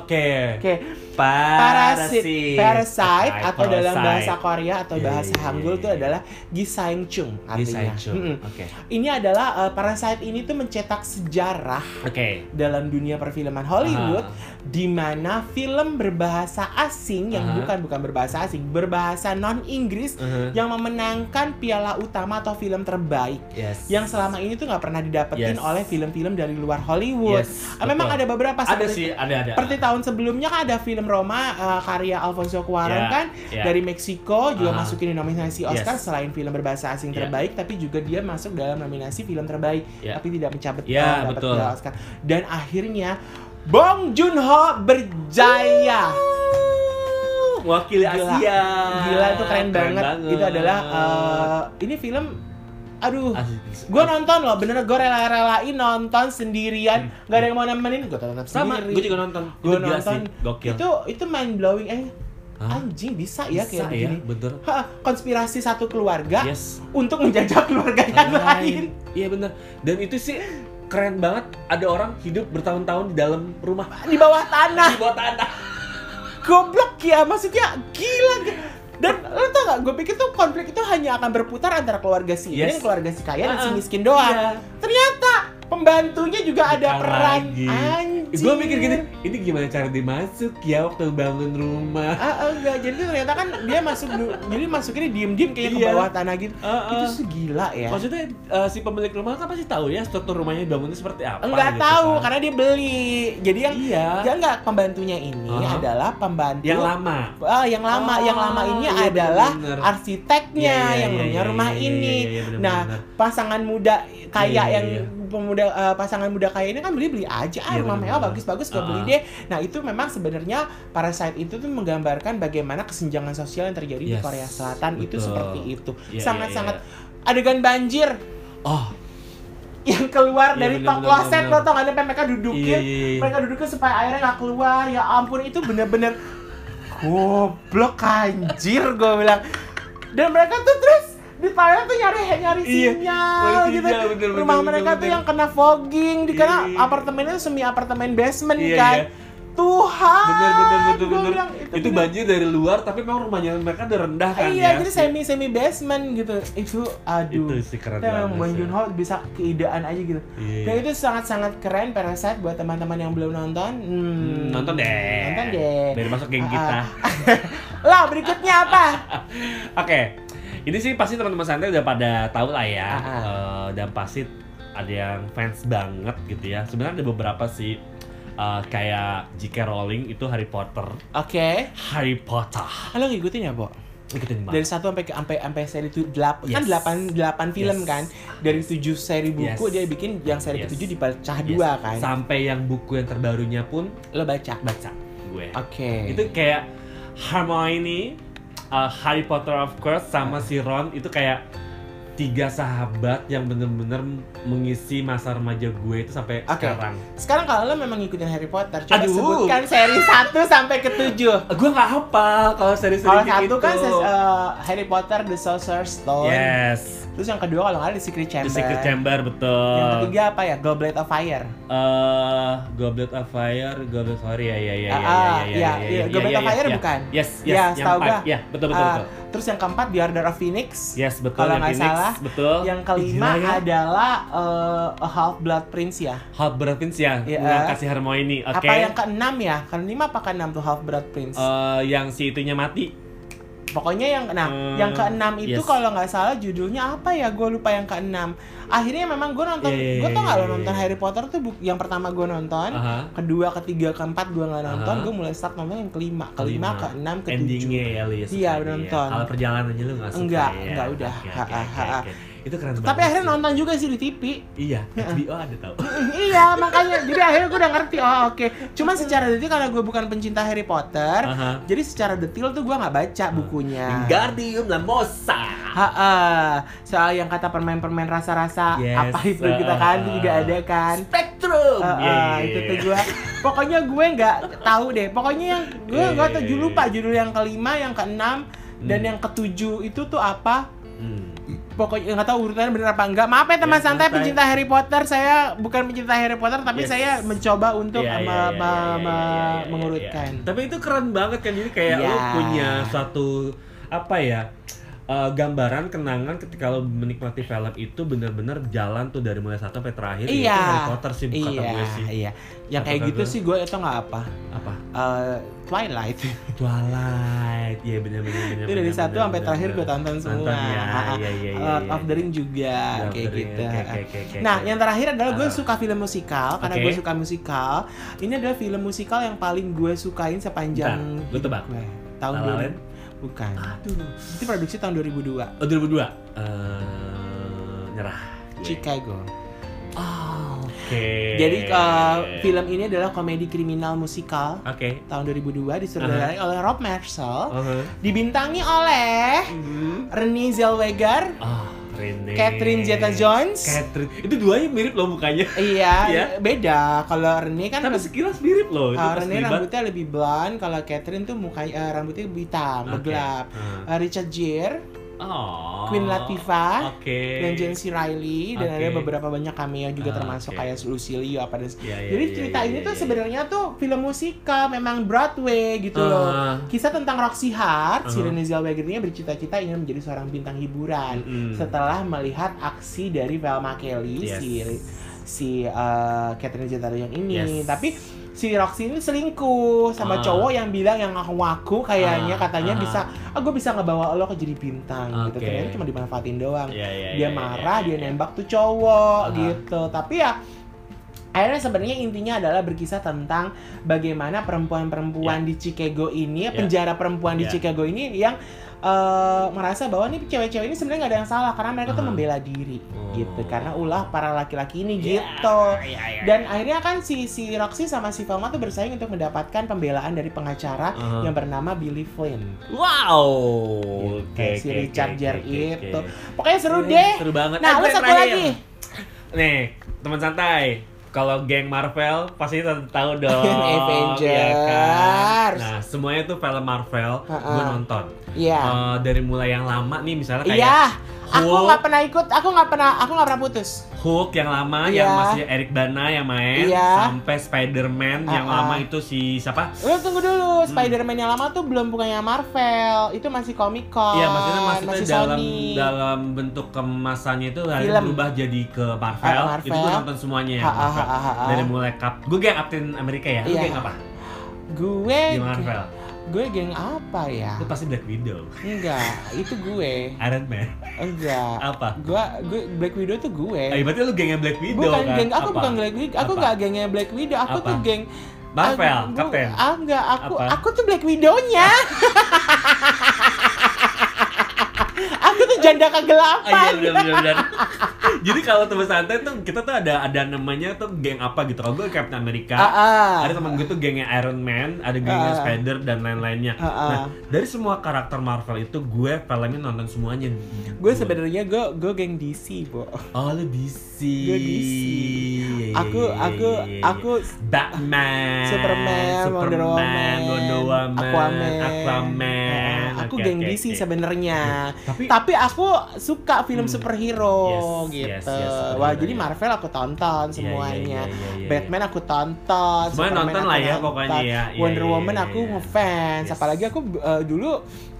Speaker 3: oke
Speaker 2: Oke,
Speaker 3: Oh. parasit
Speaker 2: Parasit, Parasite atau dalam bahasa Korea atau
Speaker 3: Iya,
Speaker 2: bahasa
Speaker 3: iya, iya,
Speaker 2: Hangul itu
Speaker 3: iya.
Speaker 2: adalah Gisaengchung artinya. Mm-mm.
Speaker 3: Parasite oke
Speaker 2: Ini adalah eh, Parasite ini tuh mencetak sejarah
Speaker 3: oke
Speaker 2: dalam dunia perfilman Hollywood di mana film berbahasa asing yang
Speaker 3: Aha.
Speaker 2: bukan bukan berbahasa asing, berbahasa non-Inggris
Speaker 3: Ah, uh-huh.
Speaker 2: yang memenangkan piala utama atau film terbaik
Speaker 3: yes
Speaker 2: yang selama ini tuh nggak pernah didapetin
Speaker 3: Yes.
Speaker 2: oleh film-film dari luar Hollywood.
Speaker 3: Yes,
Speaker 2: Ah, Memang
Speaker 3: betul.
Speaker 2: ada beberapa
Speaker 3: ada
Speaker 2: seperti-
Speaker 3: sih, ya. ada ada.
Speaker 2: Seperti tahun sebelumnya kan ada film Roma eh, karya Alfonso Cuarón
Speaker 3: Ya,
Speaker 2: kan
Speaker 3: ya.
Speaker 2: dari Meksiko juga
Speaker 3: Ah.
Speaker 2: masukin di nominasi Oscar
Speaker 3: Yes.
Speaker 2: selain film berbahasa asing
Speaker 3: Ya.
Speaker 2: terbaik tapi juga dia masuk dalam nominasi film terbaik
Speaker 3: Ya.
Speaker 2: tapi tidak mencapai
Speaker 3: Ya,
Speaker 2: eh, dapat
Speaker 3: betul.
Speaker 2: piala Oscar. Dan akhirnya Bong Joon-ho berjaya.
Speaker 3: Wakil
Speaker 2: Gila.
Speaker 3: Asia.
Speaker 2: Gila itu keren, banget. Itu adalah eh, ini film aduh
Speaker 3: As-
Speaker 2: Gue nonton loh, bener gue rela-relain nonton sendirian, nggak ada yang mau nemenin, gue tonton
Speaker 3: Hmm. sama,
Speaker 2: sendiri.
Speaker 3: gue juga nonton.
Speaker 2: Gua
Speaker 3: Itu gila
Speaker 2: nonton.
Speaker 3: sih, gokil.
Speaker 2: Itu itu mind blowing eh
Speaker 3: Hah?
Speaker 2: anjing bisa ya
Speaker 3: Bisa Iya.
Speaker 2: kayak begini.
Speaker 3: bener.
Speaker 2: Ha, konspirasi satu keluarga
Speaker 3: Yes.
Speaker 2: untuk menjajah keluarga yang lain.
Speaker 3: Iya bener. Dan itu sih keren banget. Ada orang hidup bertahun-tahun di dalam rumah
Speaker 2: Di bawah tanah,
Speaker 3: di bawah tanah.
Speaker 2: goblok ya maksudnya gila. ge- Dan lo tau gak, gue pikir tuh konflik itu hanya akan berputar antara keluarga si ini,
Speaker 3: Yes.
Speaker 2: keluarga si kaya, dan si
Speaker 3: Ah, ah.
Speaker 2: miskin doang.
Speaker 3: Iya.
Speaker 2: Ternyata pembantunya juga ada
Speaker 3: Bukan
Speaker 2: peran.
Speaker 3: lagi.
Speaker 2: Anjir.
Speaker 3: Gue mikir gini, ini gimana cara dimasuk ya waktu bangun rumah.
Speaker 2: Ah, ah, enggak. Jadi tuh ternyata kan dia masuk, du- jadi masuknya diem-diem kayaknya ke
Speaker 3: Iya.
Speaker 2: bawah tanah gitu.
Speaker 3: Ah,
Speaker 2: Itu
Speaker 3: ah.
Speaker 2: segila ya.
Speaker 3: Maksudnya eh, si pemilik rumah kan pasti tahu ya struktur rumahnya bangunnya seperti apa.
Speaker 2: Enggak
Speaker 3: gitu
Speaker 2: tahu
Speaker 3: kan.
Speaker 2: karena dia beli. Jadi yang
Speaker 3: iya.
Speaker 2: ya enggak pembantunya ini
Speaker 3: Aha.
Speaker 2: adalah pembantu
Speaker 3: Ah. Yang lama.
Speaker 2: Ah, yang lama, yang
Speaker 3: Oh,
Speaker 2: lama ini
Speaker 3: iya, bener,
Speaker 2: adalah
Speaker 3: bener.
Speaker 2: arsiteknya
Speaker 3: Iya, iya,
Speaker 2: yang
Speaker 3: iya,
Speaker 2: punya
Speaker 3: iya,
Speaker 2: rumah
Speaker 3: iya,
Speaker 2: ini.
Speaker 3: iya, iya, bener,
Speaker 2: nah,
Speaker 3: bener.
Speaker 2: pasangan muda kaya
Speaker 3: Iya, iya,
Speaker 2: yang
Speaker 3: iya.
Speaker 2: pemuda eh, pasangan muda kaya ini kan beli beli aja ah
Speaker 3: Iya,
Speaker 2: rumah
Speaker 3: bener,
Speaker 2: mewah
Speaker 3: bener.
Speaker 2: bagus-bagus gue beli
Speaker 3: Ah.
Speaker 2: deh. Nah, itu memang sebenarnya Parasite itu tuh menggambarkan bagaimana kesenjangan sosial yang terjadi di
Speaker 3: Yes,
Speaker 2: Korea Selatan itu
Speaker 3: betul.
Speaker 2: seperti itu.
Speaker 3: Iya,
Speaker 2: Sangat-sangat
Speaker 3: iya,
Speaker 2: adegan banjir
Speaker 3: Oh,
Speaker 2: yang keluar
Speaker 3: Iya,
Speaker 2: dari
Speaker 3: bener,
Speaker 2: tok
Speaker 3: bener,
Speaker 2: kloset
Speaker 3: bener.
Speaker 2: lo tau gak ada mereka dudukin
Speaker 3: Iya, iya, iya.
Speaker 2: mereka dudukin supaya airnya nggak keluar ya ampun itu bener-bener goblok anjir gue bilang dan mereka tuh terus di toilet tuh nyari nyari
Speaker 3: Iya,
Speaker 2: sinyal gitu
Speaker 3: nyari sinyal, bener, bener,
Speaker 2: rumah
Speaker 3: bener,
Speaker 2: mereka tuh
Speaker 3: bener.
Speaker 2: yang kena fogging di
Speaker 3: Iya,
Speaker 2: karena
Speaker 3: iya.
Speaker 2: apartemennya semi apartemen basement
Speaker 3: Iya,
Speaker 2: kan
Speaker 3: iya.
Speaker 2: Tuhan
Speaker 3: bener bener bener
Speaker 2: Ah, gua
Speaker 3: bener.
Speaker 2: bilang,
Speaker 3: itu
Speaker 2: bener-
Speaker 3: banjir dari luar tapi memang rumahnya mereka udah rendah kan
Speaker 2: iya
Speaker 3: ya.
Speaker 2: jadi semi semi basement gitu itu aduh
Speaker 3: Itu sih keren
Speaker 2: itu emang
Speaker 3: banget
Speaker 2: Bong
Speaker 3: sih.
Speaker 2: Joon-ho bisa keidaan aja gitu
Speaker 3: Iya.
Speaker 2: Dan itu sangat-sangat keren Parasite buat teman-teman yang belum nonton.
Speaker 3: Hmm,
Speaker 2: Hmm,
Speaker 3: nonton deh.
Speaker 2: Nonton deh. Ah,
Speaker 3: Dari masuk geng kita.
Speaker 2: *laughs* Lah, berikutnya apa?
Speaker 3: Oke. Ini sih pasti teman-teman santai udah pada tahu lah ya.
Speaker 2: Ah, ah.
Speaker 3: Eh, dan pasti ada yang fans banget gitu ya. Sebenarnya ada beberapa sih eh, kayak J.K. Rowling itu Harry Potter.
Speaker 2: Oke.
Speaker 3: Harry Potter.
Speaker 2: Halo ngikutin ya, Bo?
Speaker 3: Ikutin
Speaker 2: dari
Speaker 3: banget.
Speaker 2: satu sampai ke sampai sampai seri itu delapan kan
Speaker 3: Yes.
Speaker 2: delapan delapan film
Speaker 3: Yes.
Speaker 2: kan dari tujuh seri buku
Speaker 3: Yes.
Speaker 2: dia bikin yang seri
Speaker 3: Yes.
Speaker 2: ketujuh dipecah
Speaker 3: Yes.
Speaker 2: dua kan
Speaker 3: Sampai yang buku yang terbarunya pun
Speaker 2: lo baca
Speaker 3: baca gue.
Speaker 2: oke
Speaker 3: Itu kayak Harmony, uh, Harry Potter of course sama si Ron itu kayak tiga sahabat yang bener-bener mengisi masa remaja gue itu sampai
Speaker 2: Oke.
Speaker 3: sekarang.
Speaker 2: sekarang kalau lo memang ngikutin Harry Potter coba
Speaker 3: Aduh.
Speaker 2: sebutkan seri 1 sampai ke 7
Speaker 3: Eh, Gue nggak hafal kalau seri-seri
Speaker 2: kalau
Speaker 3: gitu.
Speaker 2: satu kan ses- eh, Harry Potter The Sorcerer's Stone
Speaker 3: Yes.
Speaker 2: terus yang kedua kalau nggak ada The Secret Chamber
Speaker 3: The Secret Chamber betul.
Speaker 2: yang ketiga apa ya Goblet of Fire
Speaker 3: Eh, Goblet of Fire, Goblet of Fire, ya ya ya
Speaker 2: Ah,
Speaker 3: ya ya
Speaker 2: iya,
Speaker 3: ya,
Speaker 2: iya.
Speaker 3: ya,
Speaker 2: Goblet
Speaker 3: ya,
Speaker 2: of
Speaker 3: ya,
Speaker 2: Fire
Speaker 3: ya.
Speaker 2: bukan?
Speaker 3: Yes, yes,
Speaker 2: Ya,
Speaker 3: yang
Speaker 2: setahu
Speaker 3: empat.
Speaker 2: gua.
Speaker 3: Ya, betul betul
Speaker 2: Ah,
Speaker 3: betul.
Speaker 2: terus yang keempat The Order of Phoenix
Speaker 3: Yes, betul.
Speaker 2: kalau
Speaker 3: yang
Speaker 2: nggak
Speaker 3: Phoenix,
Speaker 2: salah,
Speaker 3: betul.
Speaker 2: yang kelima
Speaker 3: Gila, ya.
Speaker 2: adalah eh, A Half Blood Prince ya
Speaker 3: Hot Prince ya,
Speaker 2: Iya.
Speaker 3: yang kasih Harmony, oke.
Speaker 2: Apa yang keenam ya? Kelima apa keenam tuh Half Blood Prince?
Speaker 3: Eh, yang si itunya mati.
Speaker 2: Pokoknya yang keenam.
Speaker 3: eh,
Speaker 2: yang keenam itu
Speaker 3: yes.
Speaker 2: kalau nggak salah judulnya apa ya? Gue lupa yang keenam. Akhirnya memang gue nonton.
Speaker 3: Iya, iya,
Speaker 2: gue tau nggak
Speaker 3: iya,
Speaker 2: lo
Speaker 3: iya,
Speaker 2: nonton
Speaker 3: iya.
Speaker 2: Harry Potter tuh bu- yang pertama gue nonton.
Speaker 3: Aha.
Speaker 2: Kedua, ketiga, keempat gue nggak nonton.
Speaker 3: Aha.
Speaker 2: Gue mulai start nonton yang kelima, kelima,
Speaker 3: Kelima.
Speaker 2: keenam, ketujuh.
Speaker 3: Endingnya ya, lu ya. suka
Speaker 2: Iya,
Speaker 3: dia.
Speaker 2: nonton.
Speaker 3: Kalau perjalanannya lu nggak suka
Speaker 2: Enggak,
Speaker 3: ya.
Speaker 2: enggak, udah.
Speaker 3: Oke,
Speaker 2: Ha,
Speaker 3: oke,
Speaker 2: ha,
Speaker 3: oke,
Speaker 2: ha.
Speaker 3: oke. Itu keren banget.
Speaker 2: Tapi akhirnya
Speaker 3: sih.
Speaker 2: nonton juga sih di TV.
Speaker 3: Iya, HBO ada tau.
Speaker 2: *clears throat* iya, makanya. Jadi akhirnya gue udah ngerti. Oh oke. Cuman secara detail karena gue bukan pencinta Harry Potter.
Speaker 3: Aha. Ah.
Speaker 2: Jadi secara detail tuh gue nggak baca bukunya.
Speaker 3: Wingardium Lamosa.
Speaker 2: Ha, eh, soal yang kata permen-permen rasa-rasa
Speaker 3: Yes,
Speaker 2: apa itu kita kan
Speaker 3: eh,
Speaker 2: tidak ada kan
Speaker 3: Spectrum. Iya,
Speaker 2: Eh, eh, itu tuh
Speaker 3: *laughs*
Speaker 2: gue pokoknya gue nggak tahu deh pokoknya yang gue
Speaker 3: Iya,
Speaker 2: nggak
Speaker 3: iya,
Speaker 2: tahu
Speaker 3: iya,
Speaker 2: judul
Speaker 3: iya.
Speaker 2: lupa judul yang kelima yang keenam dan
Speaker 3: Hmm.
Speaker 2: yang ketujuh itu tuh apa pokoknya nggak tahu urutannya bener apa enggak maaf ya teman
Speaker 3: Ya,
Speaker 2: santai
Speaker 3: santai.
Speaker 2: pencinta Harry Potter saya bukan pencinta Harry Potter tapi
Speaker 3: Yes.
Speaker 2: saya mencoba untuk eh,
Speaker 3: Iya, iya,
Speaker 2: me-
Speaker 3: iya,
Speaker 2: me-
Speaker 3: iya, iya,
Speaker 2: me-
Speaker 3: iya, iya, iya.
Speaker 2: mengurutkan
Speaker 3: Tapi itu keren banget kan jadi kayak lu
Speaker 2: Ya.
Speaker 3: punya satu apa ya? eh, gambaran kenangan ketika lo menikmati film itu bener-bener jalan tuh dari mulai satu sampai terakhir ya,
Speaker 2: Iya.
Speaker 3: itu Harry Potter sih bukan
Speaker 2: iya
Speaker 3: gue sih
Speaker 2: iya yang
Speaker 3: Kata
Speaker 2: kayak gitu
Speaker 3: gue.
Speaker 2: sih gue itu nggak apa
Speaker 3: apa
Speaker 2: Eh, Twilight
Speaker 3: Twilight ya bener-bener bener,
Speaker 2: itu dari
Speaker 3: Iya, bener,
Speaker 2: satu
Speaker 3: bener,
Speaker 2: sampai
Speaker 3: bener,
Speaker 2: terakhir gue
Speaker 3: bener.
Speaker 2: tonton semua
Speaker 3: Nonton ya,
Speaker 2: Ah, ah.
Speaker 3: iya, iya, iya,
Speaker 2: Lord
Speaker 3: iya,
Speaker 2: of the Ring juga
Speaker 3: Lord of
Speaker 2: kayak
Speaker 3: the Ring,
Speaker 2: gitu
Speaker 3: oke, oke, oke, oke,
Speaker 2: nah
Speaker 3: oke.
Speaker 2: yang terakhir adalah gue
Speaker 3: Ah.
Speaker 2: suka film musikal karena
Speaker 3: Oke.
Speaker 2: gue suka musikal ini adalah film musikal yang paling gue sukain sepanjang
Speaker 3: Bentar, lu
Speaker 2: hidup
Speaker 3: tebak.
Speaker 2: gue. tahun
Speaker 3: La La
Speaker 2: 2000
Speaker 3: Land?
Speaker 2: bukan
Speaker 3: aduh
Speaker 2: itu produksi tahun 2002
Speaker 3: oh, 2002 Eh, nyerah gue.
Speaker 2: Chicago.
Speaker 3: Oh, oke
Speaker 2: Jadi eh, film ini adalah komedi kriminal musikal
Speaker 3: oke
Speaker 2: tahun 2002 disutradarai oleh Rob Marshall,
Speaker 3: Uh-huh.
Speaker 2: dibintangi oleh Renée Zellweger,
Speaker 3: Ah, Rene.
Speaker 2: Mm-hmm. Catherine Zeta-Jones.
Speaker 3: Catherine. Itu duanya mirip loh mukanya.
Speaker 2: Iya,
Speaker 3: Iya.
Speaker 2: beda. Kalau Rene kan
Speaker 3: Tapi sekilas mirip loh. Oh, Itu
Speaker 2: uh,
Speaker 3: pas
Speaker 2: Rene
Speaker 3: libat.
Speaker 2: rambutnya lebih blonde, kalau Catherine tuh mukanya eh, rambutnya hitam,
Speaker 3: Oke.
Speaker 2: bergelap.
Speaker 3: Hmm.
Speaker 2: Uh, Richard Gere,
Speaker 3: Oh.
Speaker 2: Queen Latifah,
Speaker 3: Oke.
Speaker 2: dan John C. Reilly dan
Speaker 3: Oke.
Speaker 2: ada beberapa banyak cameo juga
Speaker 3: Ah,
Speaker 2: termasuk
Speaker 3: oke.
Speaker 2: kayak Lucilio apa dan
Speaker 3: Iya, iya,
Speaker 2: Jadi
Speaker 3: iya,
Speaker 2: cerita
Speaker 3: iya,
Speaker 2: ini
Speaker 3: iya,
Speaker 2: tuh
Speaker 3: iya.
Speaker 2: sebenarnya tuh film musikal, memang Broadway gitu loh.
Speaker 3: Ah.
Speaker 2: Kisah tentang Roxy Hart, si
Speaker 3: Ah.
Speaker 2: Renée Zellweger ini bercita-cita ingin menjadi seorang bintang hiburan
Speaker 3: Mm-mm.
Speaker 2: setelah melihat aksi dari Velma Kelly
Speaker 3: Yes.
Speaker 2: si si uh, Catherine Zeta-Jones ini.
Speaker 3: Yes.
Speaker 2: Tapi si Roxy ini selingkuh sama
Speaker 3: Ah.
Speaker 2: cowok yang bilang yang ngaku-ngaku kayaknya
Speaker 3: Ah,
Speaker 2: katanya
Speaker 3: ah.
Speaker 2: bisa, ah gue bisa ngebawa lo ke jadi bintang gitu.
Speaker 3: Oke.
Speaker 2: Ternyata cuma dimanfaatin doang.
Speaker 3: Iya, iya, iya,
Speaker 2: dia
Speaker 3: iya,
Speaker 2: marah,
Speaker 3: iya,
Speaker 2: dia
Speaker 3: iya.
Speaker 2: nembak tuh cowok
Speaker 3: Ah.
Speaker 2: gitu. Tapi ya akhirnya sebenarnya intinya adalah berkisah tentang bagaimana
Speaker 3: Iya.
Speaker 2: perempuan-perempuan di Chicago ini,
Speaker 3: Ya.
Speaker 2: penjara perempuan di
Speaker 3: Ya.
Speaker 2: Chicago ini yang eh, merasa bahwa nih cewek-cewek ini sebenarnya nggak ada yang salah karena mereka tuh
Speaker 3: Aha.
Speaker 2: membela diri
Speaker 3: Oh.
Speaker 2: gitu karena ulah para laki-laki ini
Speaker 3: Iya,
Speaker 2: gitu.
Speaker 3: iya, iya.
Speaker 2: Dan akhirnya kan si si Roxy sama si Velma tuh bersaing untuk mendapatkan pembelaan dari pengacara
Speaker 3: Aha.
Speaker 2: yang bernama Billy Flynn.
Speaker 3: wow.
Speaker 2: Gitu,
Speaker 3: Oke,
Speaker 2: si
Speaker 3: oke,
Speaker 2: Richard
Speaker 3: oke,
Speaker 2: Gere gitu.
Speaker 3: oke, oke.
Speaker 2: itu. Pokoknya seru
Speaker 3: Eh,
Speaker 2: deh.
Speaker 3: Seru banget.
Speaker 2: Nah,
Speaker 3: Eh,
Speaker 2: lu
Speaker 3: terakhir-
Speaker 2: satu
Speaker 3: terakhir.
Speaker 2: lagi.
Speaker 3: Nih, teman santai. Kalau geng Marvel pasti tahu
Speaker 2: *laughs*
Speaker 3: dong.
Speaker 2: Avengers.
Speaker 3: ya kan? Nah, semuanya tuh film Marvel gue
Speaker 2: Ha-ha.
Speaker 3: nonton.
Speaker 2: Iya.
Speaker 3: Eh, dari mulai yang lama nih misalnya kayak
Speaker 2: Iya. Aku
Speaker 3: Hulk.
Speaker 2: nggak pernah ikut, aku nggak pernah, aku nggak pernah putus.
Speaker 3: Hulk yang lama
Speaker 2: Iya.
Speaker 3: yang masih Eric Bana yang main
Speaker 2: Iya.
Speaker 3: sampai Spider-Man yang
Speaker 2: Ah, ah.
Speaker 3: lama itu si siapa?
Speaker 2: Lu tunggu
Speaker 3: Hmm.
Speaker 2: dulu, Spider-Man yang lama tuh belum bukannya Marvel, itu masih Comic Con,
Speaker 3: Iya, maksudnya maksudnya dalam
Speaker 2: Oh, Sony.
Speaker 3: dalam bentuk kemasannya itu akhirnya
Speaker 2: Film.
Speaker 3: berubah jadi ke Marvel.
Speaker 2: Ah, Marvel.
Speaker 3: Itu gue nonton semuanya ya.
Speaker 2: Ha, ha,
Speaker 3: Marvel.
Speaker 2: ha, ha, ha.
Speaker 3: Dari mulai Cap, gue geng Captain America ya. Lu
Speaker 2: Iya.
Speaker 3: geng apa?
Speaker 2: Gue,
Speaker 3: Di Marvel.
Speaker 2: gue geng apa
Speaker 3: *laughs*
Speaker 2: ya?
Speaker 3: Lu pasti Black Widow,
Speaker 2: Enggak, itu gue,
Speaker 3: Iron Man.
Speaker 2: enggak.
Speaker 3: Apa?
Speaker 2: Gue, gue Black Widow tuh gue.
Speaker 3: Eh, berarti lu gengnya Black Widow
Speaker 2: bukan
Speaker 3: kan?
Speaker 2: geng, aku
Speaker 3: Apa?
Speaker 2: bukan Black Widow, aku
Speaker 3: Apa?
Speaker 2: nggak gengnya Black Widow, aku
Speaker 3: Apa?
Speaker 2: tuh geng
Speaker 3: Marvel,
Speaker 2: Ah, bu-
Speaker 3: Captain.
Speaker 2: Ah, enggak, aku
Speaker 3: *laughs* Apa?
Speaker 2: aku tuh Black Widow-nya. janda
Speaker 3: Ah,
Speaker 2: kegelapan.
Speaker 3: iya benar benar benar. *laughs* Jadi kalau teman santai tuh kita tuh ada ada namanya tuh geng apa gitu. Kalau gue Captain America,
Speaker 2: Ah, ah.
Speaker 3: ada teman gue tuh gengnya Iron Man, ada gengnya
Speaker 2: Ah.
Speaker 3: Spider dan lain-lainnya.
Speaker 2: Ah, ah.
Speaker 3: Nah, dari semua karakter Marvel itu gue filmnya nonton semuanya.
Speaker 2: Gue sebenarnya gue gue geng DC, Bo.
Speaker 3: Oh, lu DC.
Speaker 2: Gue DC. Aku aku aku
Speaker 3: Batman,
Speaker 2: Superman, Wonder Woman,
Speaker 3: Wonder Woman,
Speaker 2: Aquaman.
Speaker 3: Aquaman.
Speaker 2: Eh, aku
Speaker 3: Oke,
Speaker 2: geng
Speaker 3: oke,
Speaker 2: DC
Speaker 3: oke.
Speaker 2: sebenarnya.
Speaker 3: Tapi,
Speaker 2: Tapi aku suka film
Speaker 3: Hmm.
Speaker 2: superhero
Speaker 3: Yes,
Speaker 2: gitu.
Speaker 3: yes, yes,
Speaker 2: Wah,
Speaker 3: bener,
Speaker 2: jadi
Speaker 3: ya.
Speaker 2: Marvel aku tonton
Speaker 3: Iya, iya,
Speaker 2: semuanya.
Speaker 3: iya, iya, iya, iya.
Speaker 2: Batman aku tonton,
Speaker 3: Semuanya
Speaker 2: Superman
Speaker 3: nonton
Speaker 2: aku
Speaker 3: lah ya pokoknya ya. Iya,
Speaker 2: Wonder
Speaker 3: iya,
Speaker 2: Woman
Speaker 3: iya,
Speaker 2: aku
Speaker 3: iya.
Speaker 2: ngefans.
Speaker 3: Yes.
Speaker 2: Apalagi aku eh, dulu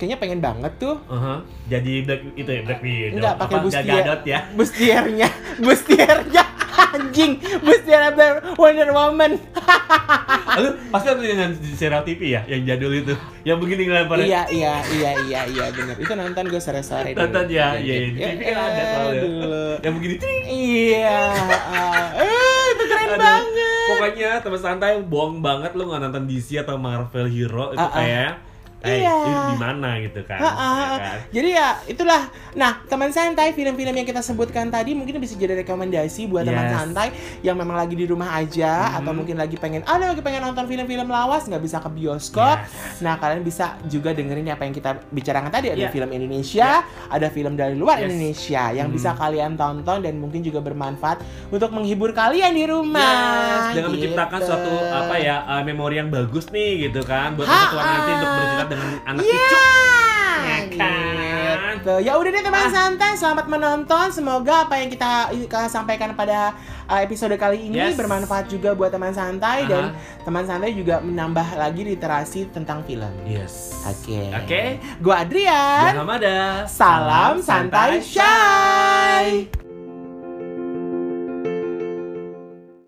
Speaker 2: kayaknya pengen banget tuh
Speaker 3: Aha. Jadi Black itu ya Black Widow.
Speaker 2: Enggak, pakai
Speaker 3: Apa,
Speaker 2: bustier.
Speaker 3: Gadot *laughs* ya.
Speaker 2: bustiernya, *laughs* bustiernya *laughs* anjing, bustier Wonder Woman.
Speaker 3: Lalu pasti ada yang di serial TV ya, yang jadul itu. Yang begini ngelempar.
Speaker 2: Iya iya iya iya iya benar. Itu nonton gue sore-sore dulu.
Speaker 3: Nonton ya, iya, iya. Di
Speaker 2: Ya,
Speaker 3: TV kan ada selalu ya.
Speaker 2: dulu.
Speaker 3: Yang begini. ting.
Speaker 2: Iya. ah. Eh, itu keren
Speaker 3: Aduh.
Speaker 2: banget.
Speaker 3: Pokoknya teman santai bohong banget lu nggak nonton DC atau Marvel Hero itu
Speaker 2: Ah, ah.
Speaker 3: kayak Eh,
Speaker 2: Iya.
Speaker 3: ini di mana gitu kan?
Speaker 2: Ah, ah,
Speaker 3: ya
Speaker 2: ah.
Speaker 3: kan?
Speaker 2: Jadi ya itulah. Nah, teman santai film-film yang kita sebutkan tadi mungkin bisa jadi rekomendasi buat teman
Speaker 3: Yes.
Speaker 2: santai yang memang lagi di rumah aja
Speaker 3: Mhm.
Speaker 2: atau mungkin lagi pengen ada lagi pengen nonton film-film lawas nggak bisa ke bioskop.
Speaker 3: Yes.
Speaker 2: Nah, kalian bisa juga dengerin apa yang kita bicarakan tadi ada
Speaker 3: Iya.
Speaker 2: film Indonesia, ada film dari luar
Speaker 3: Yes.
Speaker 2: Indonesia yang
Speaker 3: Mhm.
Speaker 2: bisa kalian tonton dan mungkin juga bermanfaat untuk menghibur kalian di rumah.
Speaker 3: Yes, jangan menciptakan
Speaker 2: Gitu.
Speaker 3: suatu apa ya eh, memori yang bagus nih gitu kan buat
Speaker 2: Ha,
Speaker 3: masa tua nanti
Speaker 2: ah.
Speaker 3: untuk bercerita dengan anak
Speaker 2: Iya,
Speaker 3: cucu.
Speaker 2: Ya,
Speaker 3: kan?
Speaker 2: gitu. Ya udah deh teman santai, selamat menonton. Semoga apa yang kita, kita sampaikan pada uh, episode kali ini
Speaker 3: Yes.
Speaker 2: bermanfaat juga buat teman santai
Speaker 3: Aha.
Speaker 2: dan teman santai juga menambah lagi literasi tentang film.
Speaker 3: Yes.
Speaker 2: Oke.
Speaker 3: Oke.
Speaker 2: Gua Adrian.
Speaker 3: Iya. Gua Hamada.
Speaker 2: Salam santai, santai
Speaker 3: Shay.
Speaker 2: shy.